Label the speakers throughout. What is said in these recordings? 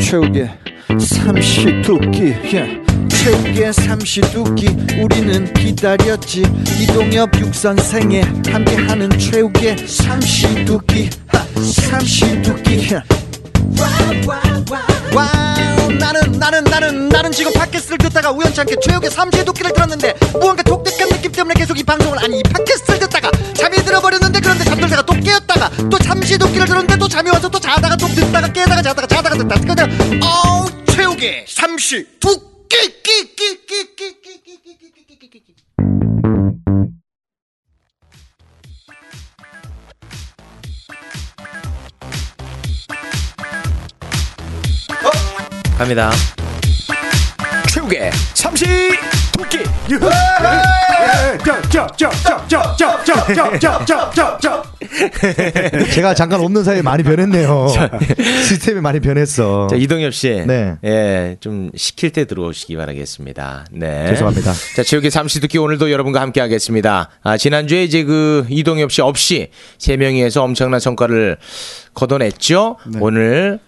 Speaker 1: 최후의 삼시두끼 yeah. 최후의 삼시두끼 우리는 기다렸지 이동엽 육선생에 함께하는 최후의 삼시두끼 하, 삼시두끼 예. yeah.
Speaker 2: 와우 나는 나는 나는 나는 지금 팟캐스트를 듣다가 우연찮게 최욱의 삼시의 도끼를 들었는데 무언가 독특한 느낌 때문에 계속 이 방송을 아니 이 팟캐스트를 듣다가 잠이 들어버렸는데 그런데 잠들다가 또 깨었다가 또 삼시의 도끼를 들었는데 또 잠이 와서 또 자다가 또 듣다가 깨다가 자다가 자다가 듣다가 그냥 어우 최욱의 삼시 도끼 끼끼끼끼끼끼끼끼끼끼끼끼끼끼끼끼
Speaker 3: 갑니다.
Speaker 4: 최욱의 삼시 도끼 유후!
Speaker 5: 제가 잠깐 없는 사이에 많이 변했네요. 시스템이 많이 변했어.
Speaker 3: 예. 자, 이동엽 씨.
Speaker 5: 네.
Speaker 3: 예, 좀 시킬 때 들어오시기 바라겠습니다. 네.
Speaker 5: 죄송합니다.
Speaker 3: 자, 체육의 삼시 듣기 오늘도 여러분과 함께 하겠습니다. 아, 지난주에 이제 그 이동엽 씨 없이 세 명이에서 엄청난 성과를 거둬냈죠.
Speaker 5: 네.
Speaker 3: 오늘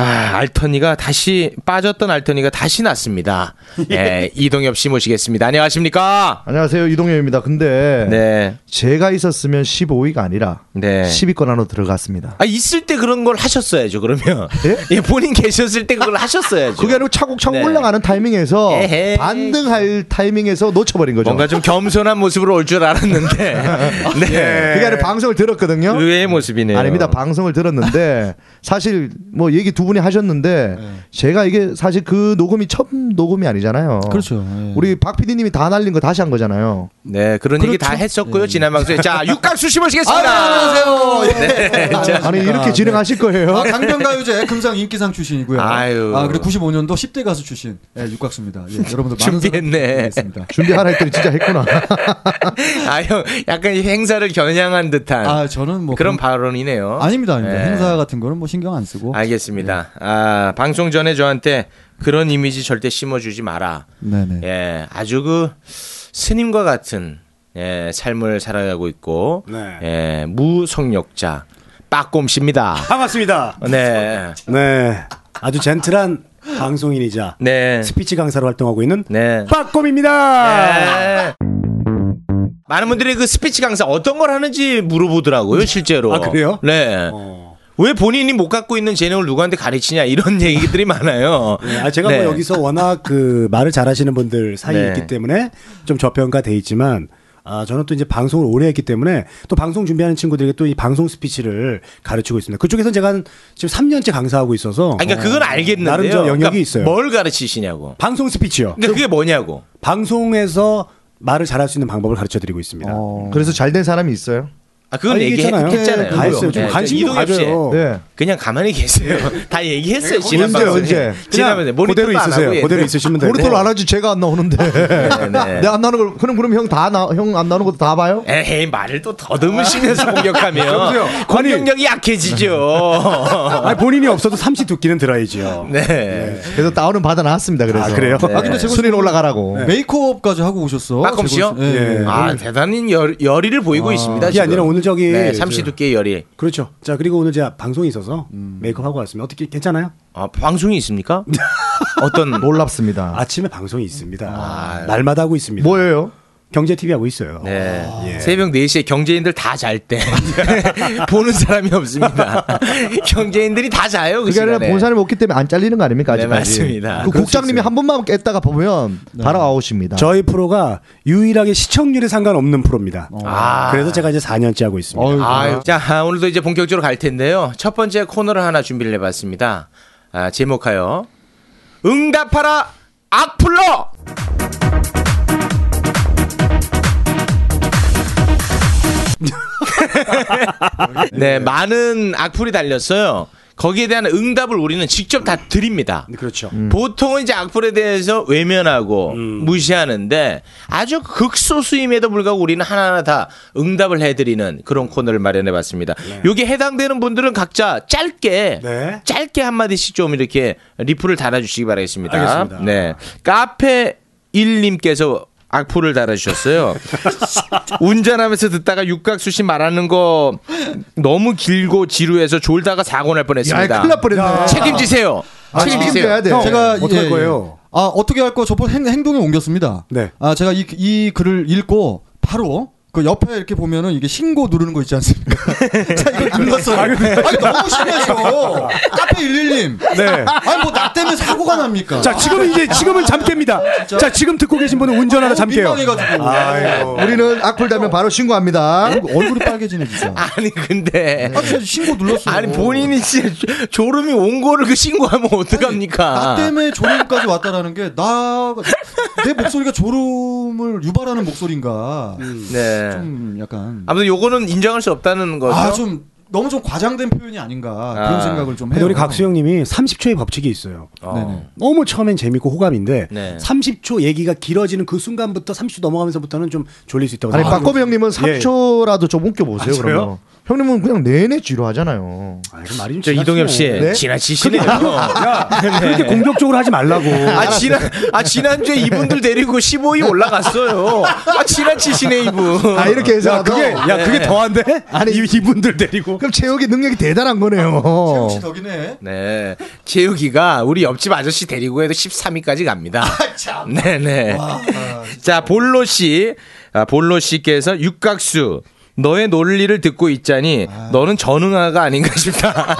Speaker 3: 아, 알턴이가 다시 빠졌던 알턴이가 다시 났습니다. 예, 이동엽 씨 모시겠습니다. 안녕하십니까?
Speaker 5: 안녕하세요 이동엽입니다. 근데
Speaker 3: 네.
Speaker 5: 제가 있었으면 15위가 아니라
Speaker 3: 네.
Speaker 5: 10위권 안으로 들어갔습니다.
Speaker 3: 아, 있을 때 그런 걸 하셨어야죠, 그러면.
Speaker 5: 예?
Speaker 3: 예, 본인 계셨을 때 그걸 하셨어야죠.
Speaker 5: 그게 아니고 차곡차곡
Speaker 3: 네.
Speaker 5: 올라가는 타이밍에서
Speaker 3: 에헤이.
Speaker 5: 반등할 타이밍에서 놓쳐버린
Speaker 2: 그렇죠.
Speaker 5: 거죠.
Speaker 3: 뭔가 좀 겸손한 모습으로 올 줄 알았는데. 네.
Speaker 2: 예.
Speaker 5: 그게 아니라 방송을 들었거든요.
Speaker 3: 의외의 모습이네요.
Speaker 5: 아닙니다. 방송을 들었는데 사실 뭐 얘기 두 분이 하셨는데
Speaker 3: 네.
Speaker 5: 제가 이게 사실 그 녹음이 첫 녹음이 아니잖아요.
Speaker 1: 그렇죠. 예.
Speaker 5: 우리 박 PD님이 다 날린 거 다시 한 거잖아요.
Speaker 3: 네, 그런 얘기 다 했었고요. 지난 방송에. 자, 육각수 씨 모시겠습니다.
Speaker 2: 그렇죠. 예. 안녕하세요.
Speaker 3: 네. 자,
Speaker 5: 아니 이렇게 진행하실 거예요.
Speaker 2: 아, 강변가요제 금상 인기상 출신이고요.
Speaker 3: 아유.
Speaker 2: 아, 그리고 95년도 10대 가수 출신 예, 육각수입니다. 예, 여러분들 많은
Speaker 3: 준비했네.
Speaker 2: 있습니다.
Speaker 5: 준비하라 했더니 진짜 했구나.
Speaker 3: 아, 형, 약간 이 행사를 겨냥한 듯한
Speaker 2: 아, 저는 뭐
Speaker 3: 네.
Speaker 2: 그런
Speaker 3: 그런 발언이네요.
Speaker 2: 아닙니다, 아닙니다.
Speaker 3: 예.
Speaker 2: 행사 같은 거는 뭐 예. 신경 안 쓰고.
Speaker 3: 알겠습니다. 아, 방송 전에 저한테 그런 이미지 절대 심어주지 마라.
Speaker 2: 네네.
Speaker 3: 예, 아주 그 스님과 같은 예, 삶을 살아가고 있고
Speaker 4: 네.
Speaker 3: 예, 무성욕자 빠꼼씨입니다.
Speaker 4: 반갑습니다.
Speaker 3: 네.
Speaker 4: 네. 아주 젠틀한 방송인이자
Speaker 3: 네.
Speaker 4: 스피치 강사로 활동하고 있는
Speaker 3: 네. 네.
Speaker 4: 빠꼼입니다.
Speaker 3: 많은 분들이 그 스피치 강사 어떤 걸 하는지 물어보더라고요, 실제로.
Speaker 4: 아, 그래요? 어.
Speaker 3: 네. 왜 본인이 못 갖고 있는 재능을 누구한테 가르치냐 이런 얘기들이 많아요.
Speaker 4: 네, 아, 제가
Speaker 3: 네.
Speaker 4: 뭐 여기서 워낙 그 말을 잘하시는 분들 사이에
Speaker 3: 네.
Speaker 4: 있기 때문에 좀 저평가돼 있지만 아, 저는 또 이제 방송을 오래 했기 때문에 또 방송 준비하는 친구들에게 또 이 방송 스피치를 가르치고 있습니다. 그쪽에서는 제가 한 지금 3년째 강사하고 있어서
Speaker 3: 아니, 그러니까 그건 알겠는데요.
Speaker 4: 나름 저 영역이
Speaker 3: 그러니까
Speaker 4: 있어요.
Speaker 3: 뭘 가르치시냐고.
Speaker 4: 방송 스피치요.
Speaker 3: 그러니까 그게 뭐냐고.
Speaker 4: 방송에서 말을 잘할 수 있는 방법을 가르쳐 드리고 있습니다.
Speaker 3: 어.
Speaker 5: 그래서 잘 된 사람이 있어요.
Speaker 3: 아, 그건
Speaker 4: 아, 얘기했잖아요.
Speaker 3: 얘기했잖아요.
Speaker 4: 네, 다 했어요. 좀
Speaker 3: 네,
Speaker 4: 관심 좀
Speaker 3: 이동엽 씨.
Speaker 4: 가져요.
Speaker 5: 네.
Speaker 3: 그냥 가만히 계세요. 다 얘기했어요. 지난
Speaker 5: 언제,
Speaker 3: 방송에.
Speaker 5: 언제?
Speaker 3: 지난번에
Speaker 4: 그냥
Speaker 3: 모니터도
Speaker 4: 그대로
Speaker 3: 안
Speaker 4: 있으세요.
Speaker 3: 하고 얘네.
Speaker 4: 그대로 있으시면 돼요.
Speaker 5: 모니터를 안 하지 제가 안 나오는데.
Speaker 3: 뭐 네.
Speaker 5: 내가 안 나오는 걸 그럼 그럼 형 다 형 안 나오는 것도 다 봐요?
Speaker 3: 에헤이 말을 또 더듬으시면서 공격하면 공격력이 약해지죠.
Speaker 4: 아니, 본인이 없어도 삼시 두끼는 들어야지요.
Speaker 3: 네.
Speaker 5: 그래서 다운은 받아 놨습니다. 그래서.
Speaker 4: 아, 그래요?
Speaker 3: 네.
Speaker 4: 아,
Speaker 2: 근데 제가
Speaker 5: 순위는 올라가라고.
Speaker 2: 메이크업까지 하고 오셨어.
Speaker 3: 빠꼼 씨요?
Speaker 2: 제가- 예.
Speaker 4: 예.
Speaker 3: 아 대단히 열, 열의를 보이고 있습니다.
Speaker 4: 그게
Speaker 3: 지금.
Speaker 4: 아니라 오늘 저기
Speaker 3: 네,
Speaker 4: 저-
Speaker 3: 삼시 두께의 열의.
Speaker 4: 그렇죠. 자, 그리고 오늘 제가 방송이 있어서 메이크업 하고 왔습니다. 어떻게 괜찮아요?
Speaker 3: 아 방송이 있습니까? 어떤
Speaker 5: 놀랍습니다. 아,
Speaker 4: 아침에 방송이 있습니다. 날마다 하고 있습니다.
Speaker 5: 뭐예요?
Speaker 4: 경제 TV 하고 있어요.
Speaker 3: 네.
Speaker 4: 예.
Speaker 3: 새벽 4시에 경제인들 다 잘 때. 보는 사람이 없습니다. 경제인들이 다 자요. 그
Speaker 5: 그게 아니라
Speaker 3: 시간에.
Speaker 5: 본 사람이 없기 때문에 안 잘리는 거 아닙니까?
Speaker 3: 네,
Speaker 5: 아직까지.
Speaker 3: 맞습니다.
Speaker 5: 그 국장님이 한 번만 깼다가 보면
Speaker 6: 네.
Speaker 5: 바로 아웃입니다.
Speaker 4: 저희 프로가 유일하게 시청률에 상관없는 프로입니다.
Speaker 3: 아.
Speaker 4: 그래서 제가 이제 4년째 하고 있습니다.
Speaker 3: 아유. 자, 아, 오늘도 이제 본격적으로 갈 텐데요. 첫 번째 코너를 하나 준비를 해봤습니다. 아, 제목하여 응답하라 악플러. 네, 많은 악플이 달렸어요. 거기에 대한 응답을 우리는 직접 다 드립니다.
Speaker 4: 그렇죠.
Speaker 3: 음. 보통은 이제 악플에 대해서 외면하고
Speaker 5: 음.
Speaker 3: 무시하는데 아주 극소수임에도 불구하고 우리는 하나하나 다 응답을 해드리는 그런 코너를 마련해봤습니다.
Speaker 5: 네.
Speaker 3: 여기 해당되는 분들은 각자 짧게
Speaker 4: 네.
Speaker 3: 짧게 한 마디씩 좀 이렇게 리플을 달아주시기 바라겠습니다.
Speaker 4: 알겠습니다.
Speaker 3: 네, 카페 1님께서 악플을 달아주셨어요. 운전하면서 듣다가 육각수 씨 말하는 거 너무 길고 지루해서 졸다가 사고 날
Speaker 5: 야,
Speaker 3: 뻔했습니다.
Speaker 5: 큰일 날 뻔했네.
Speaker 3: 책임지세요.
Speaker 5: 아, 책임져야 돼.
Speaker 3: 형,
Speaker 6: 제가
Speaker 4: 어떻게 할
Speaker 6: 예,
Speaker 4: 거예요?
Speaker 6: 예. 아 어떻게 할 거? 저번 행, 행동에 옮겼습니다.
Speaker 4: 네.
Speaker 6: 아 제가 이, 이 글을 읽고 바로 그 옆에 이렇게 보면은 이게 신고 누르는 거 있지 않습니까?
Speaker 4: 네.
Speaker 6: 자 이걸 눌렀어요. 아니 너무 심해서 카페 111님.
Speaker 4: 네.
Speaker 6: 아니 뭐 나 때문에 사고가 납니까?
Speaker 4: 자 지금은 이제 지금은 잠깁니다. 자 지금 듣고 계신 분은 운전하다 잠깨요.
Speaker 6: 아, 민망해가지고
Speaker 4: 아이고.
Speaker 5: 우리는 악플 달면 바로 신고합니다.
Speaker 6: 얼굴- 얼굴이 빨개지네 진짜.
Speaker 3: 아니 근데
Speaker 6: 아 진짜 신고 눌렀어요.
Speaker 3: 아니 본인이 진짜 조- 졸음이 온 거를 그 신고하면
Speaker 6: 나
Speaker 3: 어떡합니까? 아,
Speaker 6: 때문에 졸음까지 왔다라는 게 나가 내 목소리가 졸음을 유발하는 목소리인가?
Speaker 3: 네.
Speaker 6: 좀 약간
Speaker 3: 아무튼 요거는 인정할 수 없다는 거죠.
Speaker 6: 아 좀 너무 좀 과장된 표현이 아닌가
Speaker 3: 아.
Speaker 6: 그런 생각을 좀 해요.
Speaker 4: 근데 우리 각수형님이 30초의 법칙이 있어요.
Speaker 3: 어.
Speaker 6: 네네.
Speaker 4: 너무 처음엔 재밌고 호감인데
Speaker 3: 네.
Speaker 4: 30초 얘기가 길어지는 그 순간부터 30초 넘어가면서부터는 좀 졸릴 수 있다고
Speaker 5: 아니
Speaker 4: 생각합니다.
Speaker 5: 박고비 형님은
Speaker 4: 예.
Speaker 5: 3초라도 좀 웃겨 보세요.
Speaker 4: 아, 저요?
Speaker 5: 그러면 형님은 그냥 내내 지루하잖아요.
Speaker 4: 아, 이거 말이 좀
Speaker 3: 저
Speaker 4: 지나치네.
Speaker 3: 이동엽 씨 네.
Speaker 5: 네?
Speaker 3: 지나치시네요.
Speaker 4: 야, 그렇게 공격적으로 하지 말라고.
Speaker 3: 아 지난 아 지난주에 이분들 데리고 15위 올라갔어요. 아 지나치시네 이분.
Speaker 5: 아 이렇게
Speaker 4: 야,
Speaker 5: 해서라도
Speaker 4: 그게
Speaker 3: 네.
Speaker 4: 예. 야, 그게 더한데?
Speaker 5: 아니,
Speaker 4: 이, 이분들 데리고.
Speaker 5: 그럼 제욱이 능력이 대단한 거네요.
Speaker 6: 혹시 덕이네.
Speaker 3: 네. 재욱이가 우리 옆집 아저씨 데리고 해도 13위까지 갑니다. 네네. 자, 볼로 씨. 아, 볼로 씨께서 육각수. 너의 논리를 듣고 있자니 너는 전응아가 아닌가 싶다.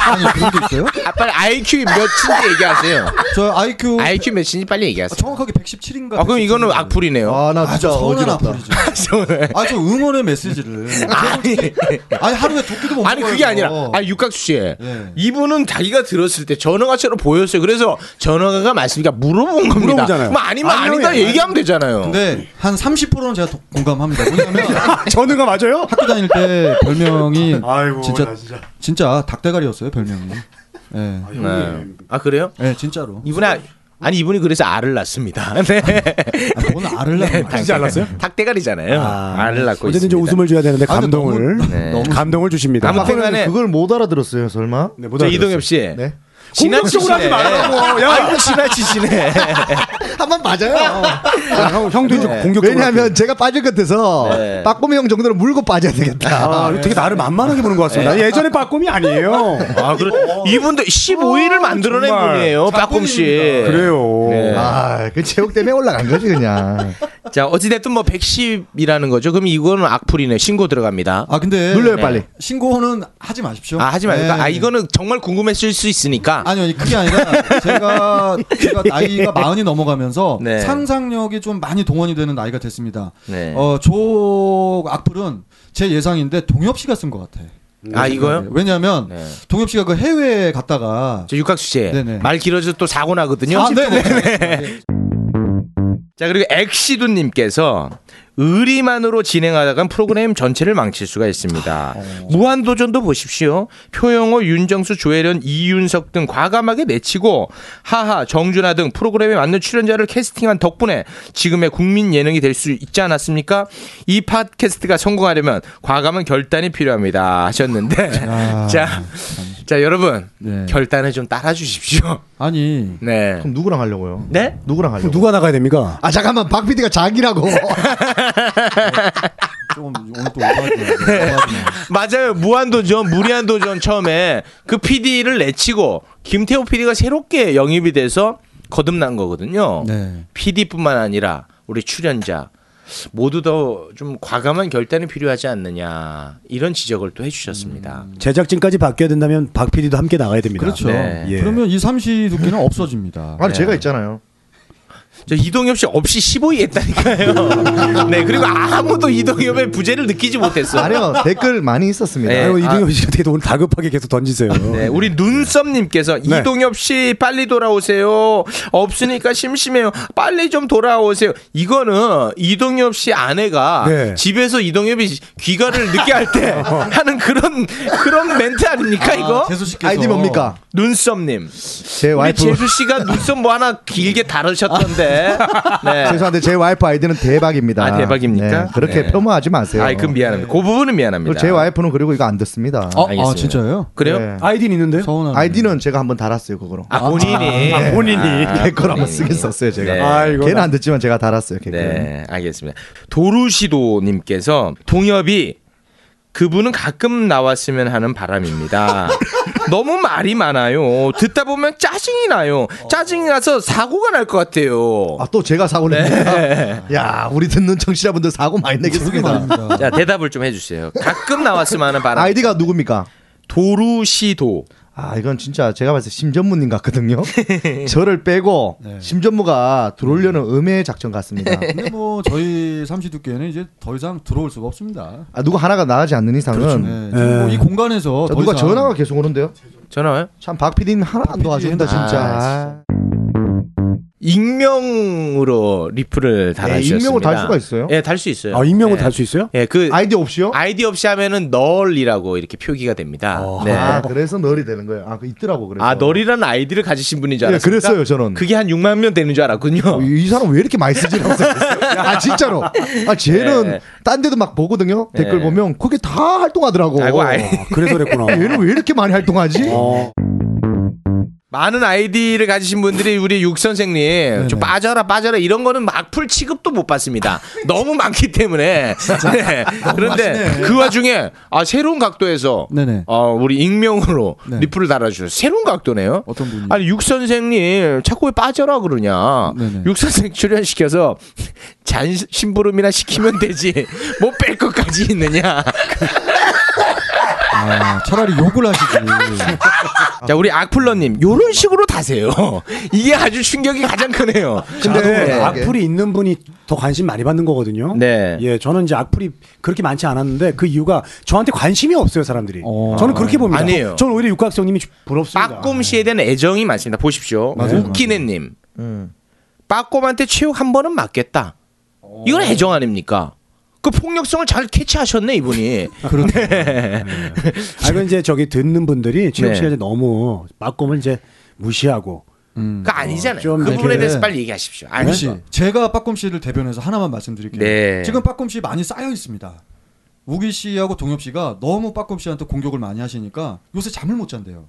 Speaker 6: 아니 그런 게 있어요?
Speaker 3: 아, 빨리 IQ 몇인지 얘기하세요.
Speaker 6: 저 IQ
Speaker 3: IQ 몇인지 빨리 얘기하세요.
Speaker 6: 정확하게 117인가?
Speaker 3: 아, 그럼 이거는 악플이네요.
Speaker 5: 아 나
Speaker 6: 아,
Speaker 5: 진짜
Speaker 6: 저 서운한
Speaker 5: 어지럽다.
Speaker 6: 악플이죠. 아, 저 응원의 메시지를.
Speaker 3: 아니, 네.
Speaker 6: 아니, 하루에 도끼도
Speaker 4: 뭐
Speaker 6: 못
Speaker 3: 아니 그게
Speaker 6: 먹어요,
Speaker 3: 아니라
Speaker 6: 저.
Speaker 3: 아 육각수 씨
Speaker 6: 예.
Speaker 3: 이분은 자기가 들었을 때 전화가처럼 보였어요. 그래서 전화가가 말씀이니까 물어본 겁니다.
Speaker 4: 물어보잖아요.
Speaker 3: 뭐 아니면 아니다 얘기하면 되잖아요.
Speaker 6: 근데 한 30%는 제가 도- 공감합니다. 왜냐면
Speaker 4: 전우가 맞아요?
Speaker 6: 학교 다닐 때 별명이
Speaker 4: 아이고,
Speaker 6: 진짜,
Speaker 4: 나 진짜.
Speaker 6: 진짜 닭대가리였어요, 별명이. 예.
Speaker 3: 네. 아 그래요?
Speaker 6: 예, 진짜로.
Speaker 3: 이분이 아, 아니 이분이 그래서 알을 낳습니다. 네.
Speaker 6: 아, 그건 알을 낳는 거야.
Speaker 4: 진짜 알았어요?
Speaker 3: 닭대가리잖아요. 알을 낳고
Speaker 4: 어쨌든 이제
Speaker 3: 있습니다.
Speaker 5: 네.
Speaker 4: 웃음을 줘야 되는데
Speaker 6: 아, 근데
Speaker 4: 감동을
Speaker 6: 너무-
Speaker 3: 네.
Speaker 4: 감동을 주십니다.
Speaker 3: 아무튼
Speaker 5: 박고비 형님
Speaker 3: 간에-
Speaker 5: 그걸 못 알아들었어요. 설마?
Speaker 3: 저
Speaker 4: 네, 못알아들었어요.
Speaker 3: 이동엽 씨.
Speaker 5: 네.
Speaker 3: 지나치시네. 네.
Speaker 4: 공격적으로 하지 말라고. 야.
Speaker 3: 아이고 지나치시네.
Speaker 5: 한번 맞아요. 네.
Speaker 4: 야, 형, 형도 이제 공격적으로.
Speaker 5: 왜냐하면 제가 빠질 것 같아서
Speaker 3: 네.
Speaker 5: 박고비 형 정도는 물고 빠져야 되겠다.
Speaker 4: 아, 되게 나를 만만하게 보는 것 같습니다.
Speaker 3: 네.
Speaker 4: 예전에 빠꼼이 아니에요.
Speaker 3: 아 그래. 이분도 15위를 만들어낸
Speaker 4: 정말.
Speaker 3: 분이에요. 빠꼼 씨.
Speaker 4: 그래요.
Speaker 3: 네.
Speaker 5: 아, 그 제욱 때문에 올라간 거지 그냥.
Speaker 3: 자 어찌됐든 뭐 110이라는 거죠. 그럼 이거는 악플이네. 신고 들어갑니다.
Speaker 6: 아, 근데
Speaker 5: 눌러요 빨리.
Speaker 6: 신고는 하지 마십시오.
Speaker 3: 아 하지 말까.
Speaker 6: 예.
Speaker 3: 아 이거는 정말 궁금했을 수 있으니까.
Speaker 6: 아니요, 아니, 그게 아니라 제가 제가 나이가 마흔이 넘어가면서
Speaker 3: 네.
Speaker 6: 상상력이 좀 많이 동원이 되는 나이가 됐습니다.
Speaker 3: 네.
Speaker 6: 어, 저 악플은 제 예상인데 동엽 씨가 쓴 것 같아.
Speaker 3: 아 이거요?
Speaker 6: 왜냐하면
Speaker 3: 네.
Speaker 6: 동엽 씨가 그 해외에 갔다가
Speaker 3: 저 육각수 씨.
Speaker 6: 네네.
Speaker 3: 말 길어져 또 사고 나거든요.
Speaker 6: 아, 네네.
Speaker 3: 자 그리고 엑시두님께서 의리만으로 진행하다간 프로그램 전체를 망칠 수가 있습니다. 무한도전도 보십시오. 표영호, 윤정수, 조혜련, 이윤석 등 과감하게 내치고 하하, 정준하 등 프로그램에 맞는 출연자를 캐스팅한 덕분에 지금의 국민 예능이 될 수 있지 않았습니까? 이 팟캐스트가 성공하려면 과감한 결단이 필요합니다. 하셨는데 자, 자 여러분
Speaker 6: 네.
Speaker 3: 결단을 좀 따라주십시오.
Speaker 6: 아니
Speaker 3: 네.
Speaker 5: 그럼 누구랑 하려고요?
Speaker 3: 네?
Speaker 5: 누구랑 하려고?
Speaker 4: 누가 나가야 됩니까? 네.
Speaker 5: 아 잠깐만 박 PD가 자기라고.
Speaker 6: 좀 오늘 또 오버하네.
Speaker 3: 맞아요. 무한도전, 무리한도전 처음에 그 PD를 내치고 김태호 PD가 새롭게 영입이 돼서 거듭난 거거든요.
Speaker 6: 네.
Speaker 3: PD뿐만 아니라 우리 출연자 모두 더 좀 과감한 결단이 필요하지 않느냐 이런 지적을 또 해주셨습니다.
Speaker 4: 제작진까지 바뀌어야 된다면 박 PD도 함께 나가야 됩니다.
Speaker 6: 음, 그렇죠.
Speaker 3: 네.
Speaker 4: 예.
Speaker 6: 그러면 이 삼시 두끼는 없어집니다.
Speaker 5: 아니 제가 있잖아요.
Speaker 3: 저 이동엽 씨 없이 15위 했다니까요. 네 그리고 아무도 이동엽의 부재를 느끼지 못했어.
Speaker 5: 아니요 댓글 많이 있었습니다.
Speaker 3: 네. 아.
Speaker 4: 아이고, 이동엽 씨 어떻게 오늘 다급하게 계속 던지세요.
Speaker 3: 네, 우리 눈썹님께서
Speaker 4: 네.
Speaker 3: 이동엽 씨 빨리 돌아오세요. 없으니까 심심해요. 빨리 좀 돌아오세요. 이거는 이동엽 씨 아내가
Speaker 4: 네.
Speaker 3: 집에서 이동엽이 귀가를 늦게 할 때 하는 그런 그런 멘트 아닙니까 이거?
Speaker 6: 재수 씨께서
Speaker 5: 어. 아이디 뭡니까?
Speaker 3: 눈썹님.
Speaker 5: 제
Speaker 3: 우리
Speaker 5: 와이프.
Speaker 3: 재수 씨가 눈썹 뭐 하나 길게 다르셨던데. 네.
Speaker 5: 죄송한데 제 와이프 아이디는 대박입니다.
Speaker 3: 아, 대박입니까?
Speaker 5: 그렇게
Speaker 3: 네.
Speaker 5: 폄하하지 마세요.
Speaker 3: 아이 그 미안합니다. 그 부분은 미안합니다.
Speaker 5: 그리고 제 와이프는 그리고 이거 안 듣습니다.
Speaker 6: 어, 아
Speaker 3: 알겠습니다.
Speaker 6: 진짜예요?
Speaker 3: 그래요? 음.
Speaker 5: 네.
Speaker 4: 아이디는 있는데요?
Speaker 6: 서운한
Speaker 5: 아이디는 제가 한번 달았어요 그거로.
Speaker 3: 아 본인이
Speaker 4: 아, 본인이.
Speaker 3: 아,
Speaker 5: 댓글 한번
Speaker 3: 본인이.
Speaker 5: 네, 쓰긴 썼어요 제가.
Speaker 3: 네.
Speaker 4: 아이고.
Speaker 5: 걔는 안 듣지만 제가 달았어요 걔.
Speaker 3: 네, 알겠습니다. 도루시도님께서 동엽이 그분은 가끔 나왔으면 하는 바람입니다. 너무 말이 많아요. 듣다 보면 짜증이 나요. 짜증이 나서 사고가 날 것 같아요.
Speaker 5: 아, 또 제가 사고를 네. 야, 우리 듣는 청취자분들 사고 많이 내겠습니다.
Speaker 3: 자, 대답을 좀 해주세요. 가끔 나왔으면 하는 바람.
Speaker 5: 아. 아이디가 누굽니까?
Speaker 3: 도루시도.
Speaker 5: 아, 이건 진짜 제가 봤을 때 심전무님 같거든요. 저를 빼고 심전무가 들어오려는 음해 작전 같습니다.
Speaker 6: 근데 뭐 저희 삼시두께는 이제 더 이상 들어올 수가 없습니다.
Speaker 5: 아, 누구 하나가 나가지 않는 이상은
Speaker 6: 네, 지금 뭐이 공간에서
Speaker 5: 자,
Speaker 6: 더
Speaker 5: 어, 누가
Speaker 6: 이상
Speaker 5: 전화가 계속 오는데요.
Speaker 3: 전화요?
Speaker 5: 참 박 PD님 하나 안 도와준다 진짜. 아,
Speaker 3: 익명으로 리플을 달아주셨습니다.
Speaker 5: 네, 익명으로 달 수가 있어요?
Speaker 3: 예, 달 수 있어요.
Speaker 4: 아, 익명으로
Speaker 3: 예.
Speaker 4: 달 수 있어요?
Speaker 3: 예, 그
Speaker 5: 이디 없이요?
Speaker 3: 아이디 없이 하면은 널이라고 이렇게 표기가 됩니다. 네.
Speaker 5: 아,
Speaker 3: 아,
Speaker 5: 그래서 널이 되는 거예요. 아, 그 있더라고 그래서.
Speaker 3: 널이라는 아이디를 가지신 분인 줄
Speaker 5: 예,
Speaker 3: 알았어요.
Speaker 5: 그랬어요, 저는.
Speaker 3: 그게 한 6만 명 되는 줄 알았군요.
Speaker 5: 어, 이, 이 사람 왜 이렇게 많이 쓰지라고 생각했어요. 아 진짜로. 아 쟤는
Speaker 3: 예.
Speaker 5: 딴 데도 막 보거든요. 댓글
Speaker 3: 예.
Speaker 5: 보면 그게 다 활동하더라고.
Speaker 3: 아이고, 아이.
Speaker 4: 아, 그래서 그랬구나.
Speaker 5: 얘는 왜 이렇게 많이 활동하지?
Speaker 4: 어.
Speaker 3: 많은 아이디를 가지신 분들이 우리 육 선생님 좀 빠져라 빠져라 이런 거는 막풀 취급도 못 받습니다. 너무 많기 때문에. 네. 그런데 그 와중에 아 새로운 각도에서
Speaker 6: 네네.
Speaker 3: 어, 우리 익명으로
Speaker 6: 네.
Speaker 3: 리플을 달아주셔서 새로운 각도네요.
Speaker 6: 어떤 분이?
Speaker 3: 아니 육 선생님 자꾸 왜 빠져라 그러냐.
Speaker 6: 네네.
Speaker 3: 육 선생 출연시켜서 잔심부름이나 시키면 되지 못 뺄 것까지 있느냐.
Speaker 6: 아, 차라리 욕을 하시지.
Speaker 3: 아. 자 우리 악플러님 요런 식으로 다세요. 이게 아주 충격이 가장 크네요.
Speaker 4: 근데
Speaker 3: 네.
Speaker 4: 악플이 있는 분이 더 관심 많이 받는 거거든요.
Speaker 3: 네.
Speaker 4: 예, 저는 이제 악플이 그렇게 많지 않았는데 그 이유가 저한테 관심이 없어요, 사람들이.
Speaker 6: 어.
Speaker 4: 저는 그렇게 봅니다.
Speaker 3: 아니에요.
Speaker 4: 저는 오히려 육각성님이 부럽습니다.
Speaker 3: 빠꼼씨에 대한 애정이 많습니다. 보십시오. 웃기네님. 빠꼼한테 체육 한 번은 맞겠다. 이건 애정 아닙니까? 그 폭력성을 잘 캐치하셨네 이분이. 그러니까 그런데
Speaker 4: 아, 그 이제 저기 듣는 분들이 체육
Speaker 3: 네.
Speaker 4: 시간에 너무 빠꼼을 이제 무시하고
Speaker 6: 음.
Speaker 3: 그 아니잖아요.
Speaker 4: 좀
Speaker 3: 그 부분에
Speaker 4: 이렇게-
Speaker 3: 대해서 빨리 얘기하십시오. 아니,
Speaker 6: 박곰 씨, 제가 빠꼼 씨를 대변해서 하나만 말씀드릴게요.
Speaker 3: 네.
Speaker 6: 지금 빠꼼 씨 많이 쌓여 있습니다. 우기 씨하고 동엽 씨가 너무 빠꼼 씨한테 공격을 많이 하시니까 요새 잠을 못 잔대요.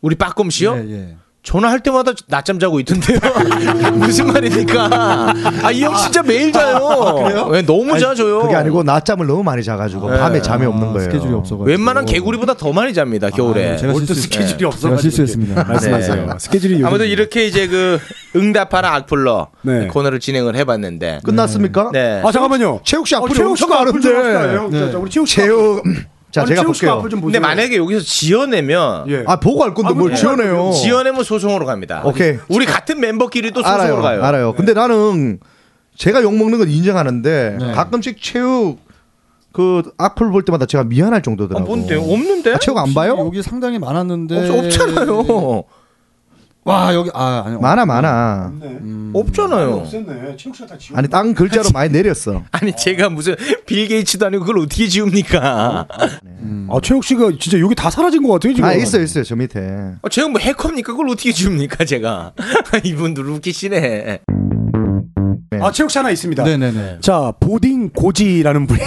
Speaker 3: 우리 빠꼼씨요?
Speaker 6: 예, 예.
Speaker 3: 전화할 때마다 낮잠 자고 있던데요. 무슨 말입니까? 아 이 형 진짜 매일 자요. 왜 너무 자줘요.
Speaker 5: 그게 아니고 낮잠을 너무 많이 자가지고 밤에 잠이 없는
Speaker 6: 아,
Speaker 5: 거예요.
Speaker 6: 스케줄이 없어가지고.
Speaker 3: 웬만한 개구리보다 더 많이 잡니다 겨울에.
Speaker 6: 아유, 제가
Speaker 4: 월드
Speaker 6: 실수-
Speaker 4: 스케줄이
Speaker 6: 예.
Speaker 4: 없어가지고
Speaker 6: 제가 실수했습니다.
Speaker 4: 말씀하세요.
Speaker 3: 네.
Speaker 4: 스케줄이 요즘-
Speaker 3: 아무튼 이렇게 이제 그 응답하라 악플러 그
Speaker 4: 네.
Speaker 3: 코너를 진행을 해봤는데
Speaker 5: 그 끝났습니까?
Speaker 3: 네.
Speaker 4: 아 잠깐만요.
Speaker 5: 체육 씨
Speaker 4: 어,
Speaker 5: 악플이
Speaker 4: 체육
Speaker 5: 엄청
Speaker 4: 씨가 악플 좀
Speaker 5: 많은데.
Speaker 4: 합시다. 예, 자, 우리 체육 씨
Speaker 5: 체육. 자
Speaker 4: 아니,
Speaker 5: 제가
Speaker 4: 체육 씨가
Speaker 5: 볼게요.
Speaker 4: 악플 좀
Speaker 3: 근데
Speaker 4: 보세요.
Speaker 3: 만약에 여기서 지어내면
Speaker 4: 예.
Speaker 5: 아 보고 할 건데
Speaker 4: 아,
Speaker 5: 뭘
Speaker 4: 보고
Speaker 5: 지어내요?
Speaker 3: 지어내면 소송으로 갑니다.
Speaker 5: 오케이.
Speaker 3: 우리 같은 멤버끼리도 소송으로
Speaker 5: 알아요. 네.
Speaker 3: 가요.
Speaker 5: 알아요. 근데 나는 제가 욕 먹는 건 인정하는데 가끔씩 체육 그 악플 볼 때마다 제가 미안할
Speaker 3: 아,
Speaker 5: 정도더라고.
Speaker 3: 뭔데요? 없는데?
Speaker 5: 아, 체육 안 봐요?
Speaker 6: 여기 상당히 많았는데
Speaker 3: 없, 잖아요
Speaker 6: 와 여기 아 아니
Speaker 5: 많아 많아. 음.
Speaker 3: 없잖아요.
Speaker 4: 없앴네. 체육 씨가 다 지워.
Speaker 5: 아니 땅 글자로 많이 내렸어.
Speaker 3: 아니 제가 무슨 빌 게이츠도 아니고 그걸 어떻게 지웁니까?
Speaker 4: 아 체육 씨가 진짜 여기 다 사라진 것 같아요 지금.
Speaker 5: 아 있어 요 있어요 저 밑에.
Speaker 3: 아, 제가 뭐 해커입니까? 그걸 어떻게 지웁니까 제가? 이분들 웃기시네.
Speaker 4: 아 체육 씨 하나 있습니다.
Speaker 6: 네네네.
Speaker 4: 자 보딩 고지라는 분이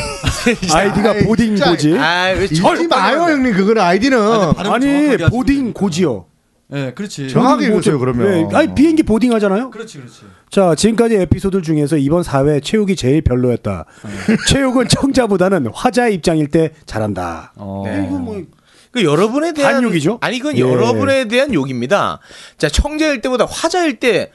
Speaker 4: 아이디가
Speaker 5: 아이,
Speaker 4: 보딩
Speaker 5: 진짜.
Speaker 4: 고지.
Speaker 3: 아왜
Speaker 5: 예? 잊지 마요 형님 그거는 아이디는.
Speaker 6: 발음을
Speaker 4: 아니
Speaker 6: 정확하게
Speaker 4: 보딩 고지요.
Speaker 6: 예, 네, 그렇지.
Speaker 5: 정확히
Speaker 4: 보딩 고지.
Speaker 5: 읽으세요, 그러면.
Speaker 4: 예, 아니 비행기 보딩 하잖아요.
Speaker 6: 그렇지 그렇지.
Speaker 4: 자 지금까지 에피소드 중에서 이번 사회 체육이 제일 별로였다. 체육은 청자보다는 화자의 입장일 때 잘한다.
Speaker 6: 어.
Speaker 3: 그 여러분에 대한
Speaker 4: 반욕이죠?
Speaker 3: 아니 이건
Speaker 4: 예.
Speaker 3: 여러분에 대한 욕입니다. 자 청자일 때보다 화자일 때